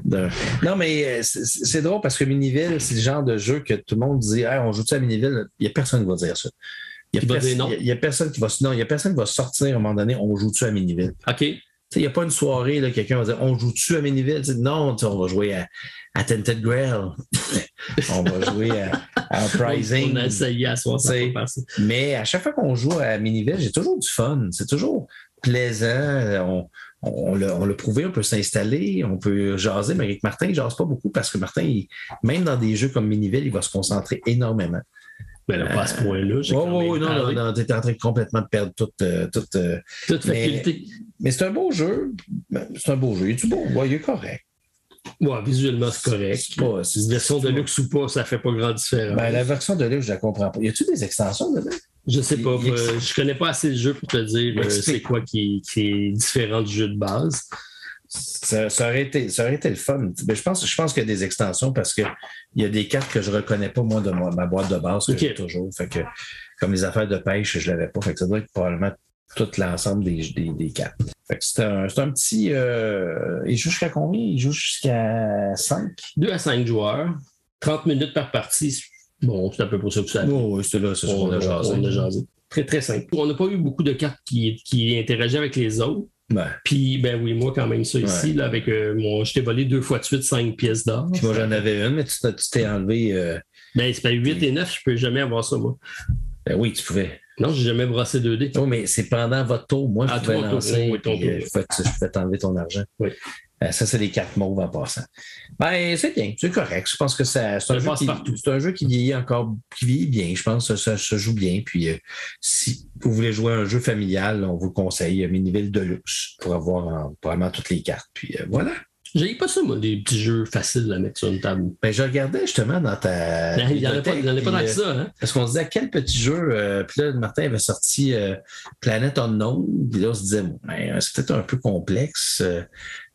C: d'un- Non, mais euh, c'est- c'est c'est drôle parce que Miniville, c'est le genre de jeu que tout le monde dit Hey, on joue ça à Miniville. Il n'y a personne qui va dire ça. Il
B: Qui
C: n'y
B: va
C: a,
B: dire non.
C: pers- il y a personne qui va se- non, il y a personne qui va sortir à un moment donné, on joue-tu à Miniville?
B: OK.
C: Tu sais, Il n'y a pas une soirée, là, quelqu'un va dire on joue-tu à Miniville? Tu sais, non, tu sais, on va jouer à, à Tented Grail. on va jouer à, à Uprising.
B: On a essayé à soir, ça
C: C'est-
B: a pas passé.
C: Mais à chaque fois qu'on joue à Miniville, j'ai toujours du fun. C'est toujours plaisant. On, on, l'a, on l'a prouvé, on peut s'installer, on peut jaser, mais avec Martin, il jase pas beaucoup parce que Martin, il- même dans des jeux comme Miniville, il va se concentrer énormément.
B: Ben, là, pas à
C: Euh,
B: ce point-là. j'ai
C: Oui,
B: quand
C: oui,
B: même
C: oui, non,
B: parlé.
C: non, non, t'es en train de complètement de perdre toute. euh, toute, euh,
B: Toute
C: Mais-
B: faculté.
C: Mais c'est un beau jeu. C'est un beau jeu. Il est du beau, Ouais, il est correct.
B: Ouais, visuellement, c'est correct.
C: C'est pas- c'est-
B: Une version de luxe ou pas, ça fait pas grand différence.
C: Ben, la version de luxe, je la comprends pas. Y a-tu des extensions dedans?
B: je sais pas,
C: il- il-
B: euh, je connais pas assez le jeu pour te dire euh,
C: Explique.
B: c'est quoi qui, qui est différent du jeu de base.
C: ça, ça aurait été, ça aurait été le fun. Mais je pense, je pense qu'il y a des extensions parce qu'il y a des cartes que je ne reconnais pas, moi, de ma, ma boîte de base que
B: Ok.
C: j'ai toujours. Fait que, comme les affaires de pêche, je ne l'avais pas. Fait que ça doit être probablement tout l'ensemble des, des, des cartes. Fait Fait que c'est un, c'est un petit. euh, il joue jusqu'à combien? Il joue jusqu'à 5.
B: 2 à 5 joueurs, 30 minutes par partie. Bon, c'est à peu près ça que ça
C: Oh, oui, c'est là, c'est
B: on, on a jasé. Très, très simple. On n'a pas eu beaucoup de cartes qui, qui interagissaient avec les autres.
C: Ben,
B: Puis, ben oui, moi, quand même, ça ici, là, avec euh, mon. Je t'ai volé deux fois de suite cinq pièces d'or.
C: puis moi, j'en avais une, mais tu t'es- tu t'es enlevé. euh,
B: Ben, c'est pas 8 et 9, je peux jamais avoir ça, moi.
C: Ben oui, tu pouvais.
B: Non, j'ai jamais brassé 2 dés.
C: Non, Oh, mais c'est pendant votre tour. Moi, je
B: Ah,
C: pouvais
B: ton tour,
C: lancer.
B: oui, ton
C: puis,
B: tour.
C: euh, je pouvais te- je pouvais t'enlever ton argent.
B: Oui.
C: Euh, ça, c'est les cartes mauves en passant. Ben, c'est bien, c'est correct. Je pense que ça, c'est, un
B: Le
C: jeu qui,
B: passe-partout.
C: c'est un jeu qui vieillit encore, qui vieillit bien. Je pense que ça se joue bien. Puis, euh, si vous voulez jouer à un jeu familial, on vous conseille euh, Miniville Deluxe pour avoir euh, probablement toutes les cartes. Puis, euh, voilà.
B: J'ai pas ça, moi, des petits jeux faciles à mettre sur une table.
C: Ben, je regardais justement dans ta.
B: Ben, Il n'y en a pas, il y en a pas
C: bibliothèque,
B: tant
C: puis, euh,
B: que ça, hein?
C: Parce qu'on se disait quel petit jeu. euh, puis là, Martin avait sorti euh, Planète Unknown. Puis là, on se disait, Ben, c'est peut-être un peu complexe, euh,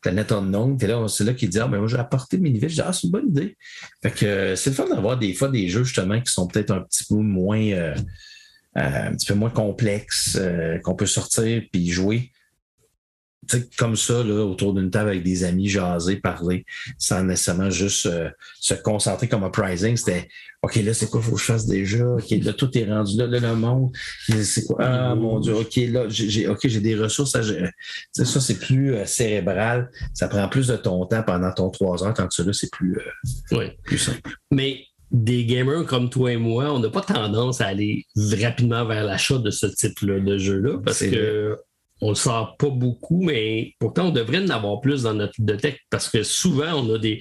C: Planète Unknown. Puis là, on- c'est là qu'il dit, ah, ben, moi, j'ai apporté Miniville. Je dis, ah, c'est une bonne idée. Fait que euh, c'est le fun d'avoir des fois des jeux, justement, qui sont peut-être un petit peu moins. euh, euh, un petit peu moins complexes, euh, qu'on peut sortir puis jouer. Tu sais, comme ça, là, autour d'une table avec des amis, jaser, parler, sans nécessairement juste euh, se concentrer comme Uprising. C'était OK, là, c'est quoi, faut que je fasse déjà? OK, là, tout est rendu là, là, le monde. C'est quoi? Ah,
B: Mmh.
C: mon Dieu, OK, là, j'ai j'ai- ok, j'ai des ressources à gérer. Tu sais, ça, c'est plus euh, cérébral. Ça prend plus de ton temps pendant ton trois heures, quand tu là, c'est plus, euh,
B: Oui.
C: plus simple.
B: Mais des gamers comme toi et moi, on n'a pas tendance à aller rapidement vers l'achat de ce type-là de jeu-là parce
C: C'est
B: que on le sort pas beaucoup, mais pourtant on devrait en avoir plus dans notre bibliothèque parce que souvent on a des.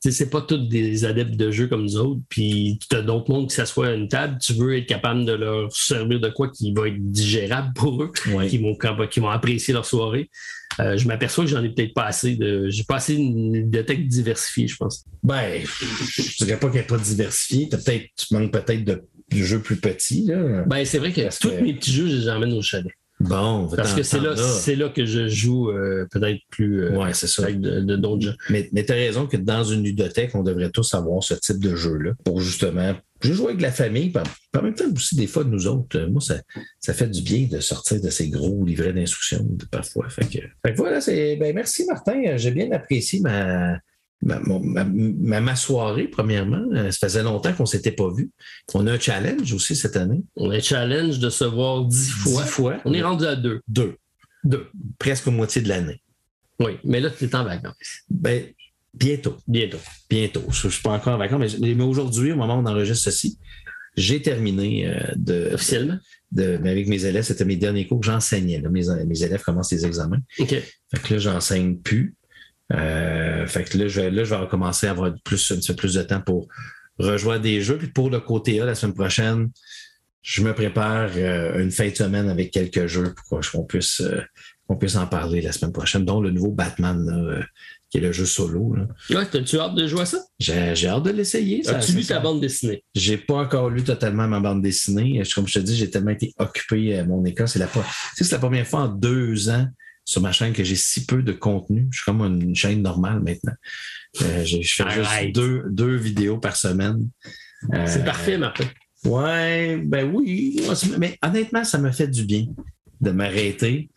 B: Tu sais, c'est pas tous des adeptes de jeux comme nous autres, puis tu as d'autres mondes qui s'assoient à une table, tu veux être capable de leur servir de quoi qui va être digérable pour eux qui vont, qui vont apprécier leur soirée. Euh, je m'aperçois que j'en ai peut-être pas assez. De, j'ai pas assez une bibliothèque diversifiée, je pense.
C: Ben, je dirais pas qu'elle n'est pas diversifiée. T'as peut-être- tu manques peut-être de jeux plus petits. Là.
B: Ben, c'est vrai que
C: Parce
B: tous
C: que-
B: mes petits jeux, je les emmène au chalet.
C: Bon, va
B: Parce que c'est là,
C: t'entendre
B: c'est là que je joue euh, peut-être plus euh,
C: Ouais, c'est ça.
B: avec de- de- d'autres jeux.
C: Mais, mais tu as raison que dans une ludothèque, on devrait tous avoir ce type de jeu-là pour justement juste jouer avec la famille, puis en- puis en même temps aussi des fois de nous autres. Euh, Moi, ça, ça fait du bien de sortir de ces gros livrets d'instructions de- parfois. Fait que, fait que voilà, c'est. Ben, merci Martin. Euh, J'ai bien apprécié ma. Ma, mon- ma, ma- ma soirée, premièrement, Euh, ça faisait longtemps qu'on ne s'était pas vu. On a un challenge aussi cette année.
B: On a challenge de se voir dix fois.
C: Dix fois.
B: On est rendu à deux.
C: deux,
B: Deux.
C: presque moitié de l'année.
B: Oui. Mais là, tu es en vacances.
C: Ben, bientôt.
B: Bientôt.
C: bientôt. Je ne suis pas encore en vacances, mais, mais aujourd'hui, au moment où on enregistre ceci, j'ai terminé euh, de,
B: Officiellement.
C: de- mais avec mes élèves. C'était mes derniers cours que j'enseignais. là. Mes, mes élèves commencent les examens.
B: OK.
C: Fait que là, j'enseigne plus. Euh, fait que là, je vais, là, je vais recommencer à avoir plus, un petit peu plus de temps pour rejoindre des jeux. Puis pour le côté A, la semaine prochaine, je me prépare euh, une fin de semaine avec quelques jeux pour qu'on puisse, euh, qu'on puisse en parler la semaine prochaine, dont le nouveau Batman, là, euh, qui est le jeu solo. là.
B: Ouais, t'as-tu hâte de jouer à ça?
C: J'ai j'ai hâte de l'essayer. ça-
B: As-tu
C: ça-
B: lu ta bande dessinée?
C: j'ai pas encore lu totalement ma bande dessinée. Je- Comme je te dis, j'ai tellement été occupé à mon école. C'est la, pro- tu sais, c'est la première fois en deux ans sur ma chaîne que j'ai si peu de contenu. Je suis comme une chaîne normale maintenant. Euh, j'ai- je fais
B: Arrête.
C: juste deux, deux vidéos par semaine. Euh,
B: C'est parfait, Martin.
C: Ouais, ben oui. Ouais, c'est- Mais honnêtement, ça me fait du bien de m'arrêter.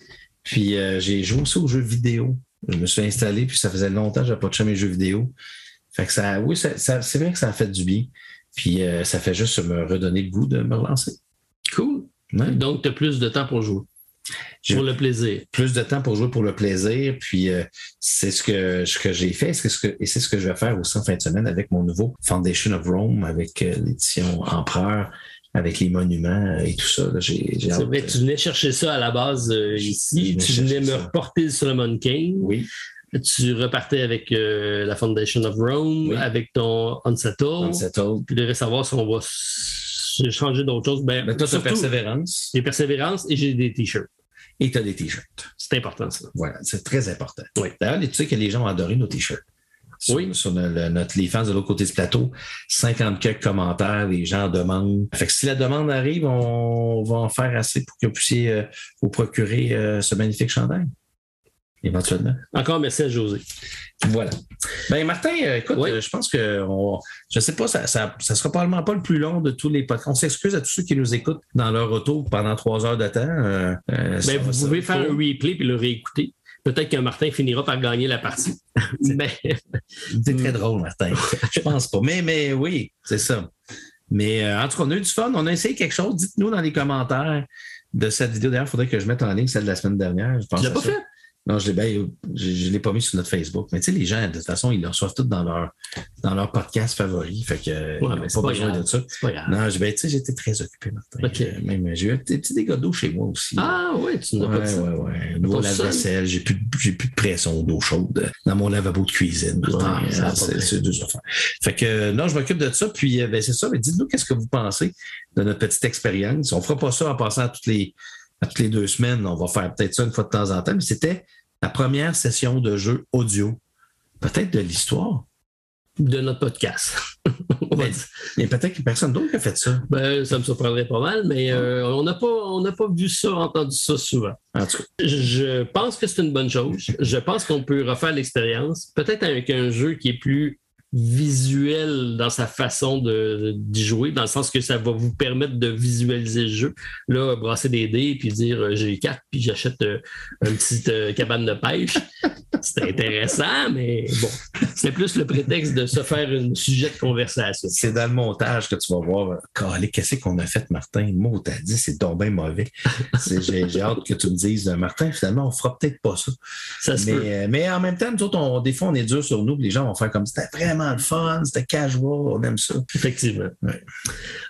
C: Puis euh, j'ai joué aussi aux jeux vidéo. Je me suis installé, puis ça faisait longtemps que je n'avais pas touché à mes jeux vidéo. Fait que ça, oui, ça- ça- c'est vrai que ça a fait du bien. Puis euh, ça fait juste me redonner le goût de me relancer.
B: Cool.
C: Ouais.
B: Donc, tu as plus de temps pour jouer.
C: J'ai-
B: Pour le plaisir.
C: Plus de temps pour jouer pour le plaisir. Puis euh, c'est ce que, ce que j'ai fait. C'est ce que- et c'est ce que je vais faire aussi en fin de semaine avec mon nouveau Foundation of Rome, avec euh, l'édition Empereur, avec les monuments euh, et tout ça. là. J'ai
B: C'est
C: j'ai hâte euh,
B: vrai,
C: de-
B: tu venais chercher ça à la base euh,
C: Je-
B: ici.
C: je venais
B: Tu venais
C: chercher
B: me
C: ça.
B: reporter le Solomon King.
C: Oui.
B: Tu repartais avec euh, la Foundation of Rome,
C: Oui.
B: avec ton Unsettled.
C: Unsettled.
B: Puis je voudrais savoir si on va s- changer d'autres choses. Ben,
C: Mais toi, tu as
B: surtout,
C: persévérance
B: j'ai persévérance et j'ai des t-shirts.
C: et tu as des t-shirts.
B: C'est important, ça.
C: Voilà, c'est très important.
B: Oui.
C: D'ailleurs, tu sais que les gens ont adoré nos t-shirts. Sur,
B: Oui.
C: Sur le- le- notre, les fans de l'autre côté du plateau, 50 quelques commentaires, les gens demandent. Fait que si la demande arrive, on va en faire assez pour que vous puissiez euh, vous procurer euh, ce magnifique chandail. éventuellement.
B: Encore merci à José.
C: Voilà. Ben, Martin, euh, écoute,
B: Oui.
C: euh, je pense que on- je ne sais pas, ça, ça, ça sera probablement pas le plus long de tous les podcasts. On s'excuse à tous ceux qui nous écoutent dans leur auto pendant trois heures de temps. Euh, euh, ça-
B: Ben, vous
C: ça-
B: pouvez
C: ça-
B: faire un replay puis le réécouter. Peut-être que Martin finira par gagner la partie. Mais
C: C'est
B: Hmm.
C: très drôle, Martin. Je pense pas. Mais, mais oui, c'est ça. Mais euh, en tout cas, on a eu du fun. On a essayé quelque chose. Dites-nous dans les commentaires de cette vidéo. D'ailleurs, il faudrait que je mette en ligne celle de la semaine dernière. Je pense
B: tu l'as
C: à
B: pas
C: ça.
B: fait.
C: Non, je ne l'ai pas mis sur notre Facebook. Mais tu sais, les gens, de toute façon, ils le reçoivent tout dans leur, dans leur podcast favori. Fait que euh,
B: Ouais,
C: ils n'ont
B: mais c'est
C: pas
B: pas
C: besoin
B: grave.
C: de ça.
B: C'est pas grave.
C: Non, je- ben, tu sais, j'étais très occupé, Martin.
B: Ok.
C: Euh, Même, j'ai eu des petits dégâts d'eau chez moi aussi.
B: Ah oui, tu
C: Ouais,
B: n'as pas dit
C: ouais,
B: ça.
C: ouais. Nouveau
B: Ton sol.
C: lave-vaisselle, j'ai plus, de- j'ai plus de pression d'eau chaude dans mon lavabo de cuisine. Martin.
B: Ouais, ça va
C: Ah,
B: pas
C: c'est
B: bien.
C: c'est deux affaires. Fait que euh, non, je m'occupe de ça. Puis euh, ben, c'est ça, mais dites-nous qu'est-ce que vous pensez de notre petite expérience. On fera pas ça en passant à toutes les, à toutes les deux semaines. On va faire peut-être ça une fois de temps en temps, mais c'était la première session de jeu audio. Peut-être de l'histoire.
B: De notre podcast. On va
C: Mais-
B: dire.
C: Mais peut-être que personne d'autre qui a fait ça.
B: Ben, ça me surprendrait pas mal, mais euh, on n'a pas, on n'a pas vu ça, entendu ça souvent.
C: En tout cas,
B: Je- Je pense que c'est une bonne chose. Je pense qu'on peut refaire l'expérience, peut-être avec un jeu qui est plus visuel dans sa façon de- d'y jouer, dans le sens que ça va vous permettre de visualiser le jeu. Là, brasser des dés, puis dire euh, j'ai quatre, puis j'achète euh, une petite euh, cabane de pêche. C'était intéressant, mais bon, c'est plus le prétexte de se faire un sujet de conversation.
C: c'est dans le montage que tu vas voir. Calé, qu'est-ce qu'on a fait, Martin? Mot, t'as dit, c'est donc bien mauvais. C'est- J'ai j'ai hâte que tu me dises, euh, Martin, finalement, on fera peut-être pas ça.
B: Ça se
C: Mais,
B: peut.
C: euh, mais en même temps, nous autres, on, des fois, on est dur sur nous. puis Les gens vont faire comme c'était vraiment le fun, c'était casual, on aime ça.
B: Effectivement.
C: Ouais.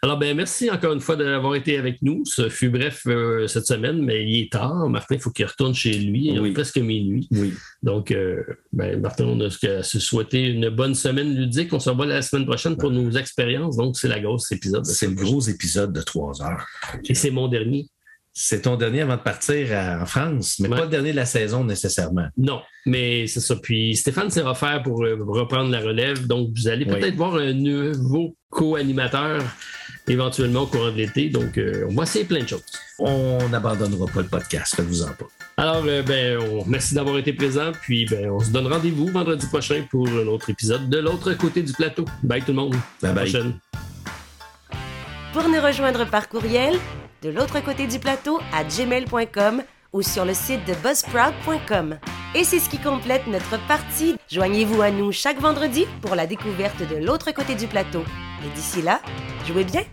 B: Alors, ben, merci encore une fois d'avoir été avec nous. Ce fut bref euh, cette semaine, mais il est tard. Martin, il faut qu'il retourne chez lui. Il est
C: Oui.
B: presque minuit.
C: Oui.
B: Donc, euh, ben, Martin, on a ce qu'à se souhaiter une bonne semaine ludique. On se revoit la semaine prochaine pour nos expériences. Donc, c'est la grosse épisode. de
C: C'est le
B: semaine
C: gros épisode de trois heures.
B: prochaine. Et c'est mon dernier.
C: C'est ton dernier avant de partir à- en France, mais
B: Ouais.
C: pas le dernier de la saison nécessairement.
B: Non, mais c'est ça. Puis Stéphane s'est refaire pour euh, reprendre la relève. Donc, vous allez
C: Oui.
B: peut-être voir un nouveau co-animateur éventuellement au courant de l'été. Donc, euh, on va essayer plein de choses.
C: On n'abandonnera pas le podcast, faites-vous-en pas.
B: Alors, euh, ben, on, merci d'avoir été présent. Puis, ben, on se donne rendez-vous vendredi prochain pour un autre épisode de l'autre côté du plateau. Bye tout le monde. À la
C: Bye bye.
B: prochaine.
A: Pour nous rejoindre par courriel, de l'autre côté du plateau à gmail.com ou sur le site de buzzsprout.com. Et c'est ce qui complète notre partie. Joignez-vous à nous chaque vendredi pour la découverte de l'autre côté du plateau. Et d'ici là, jouez bien!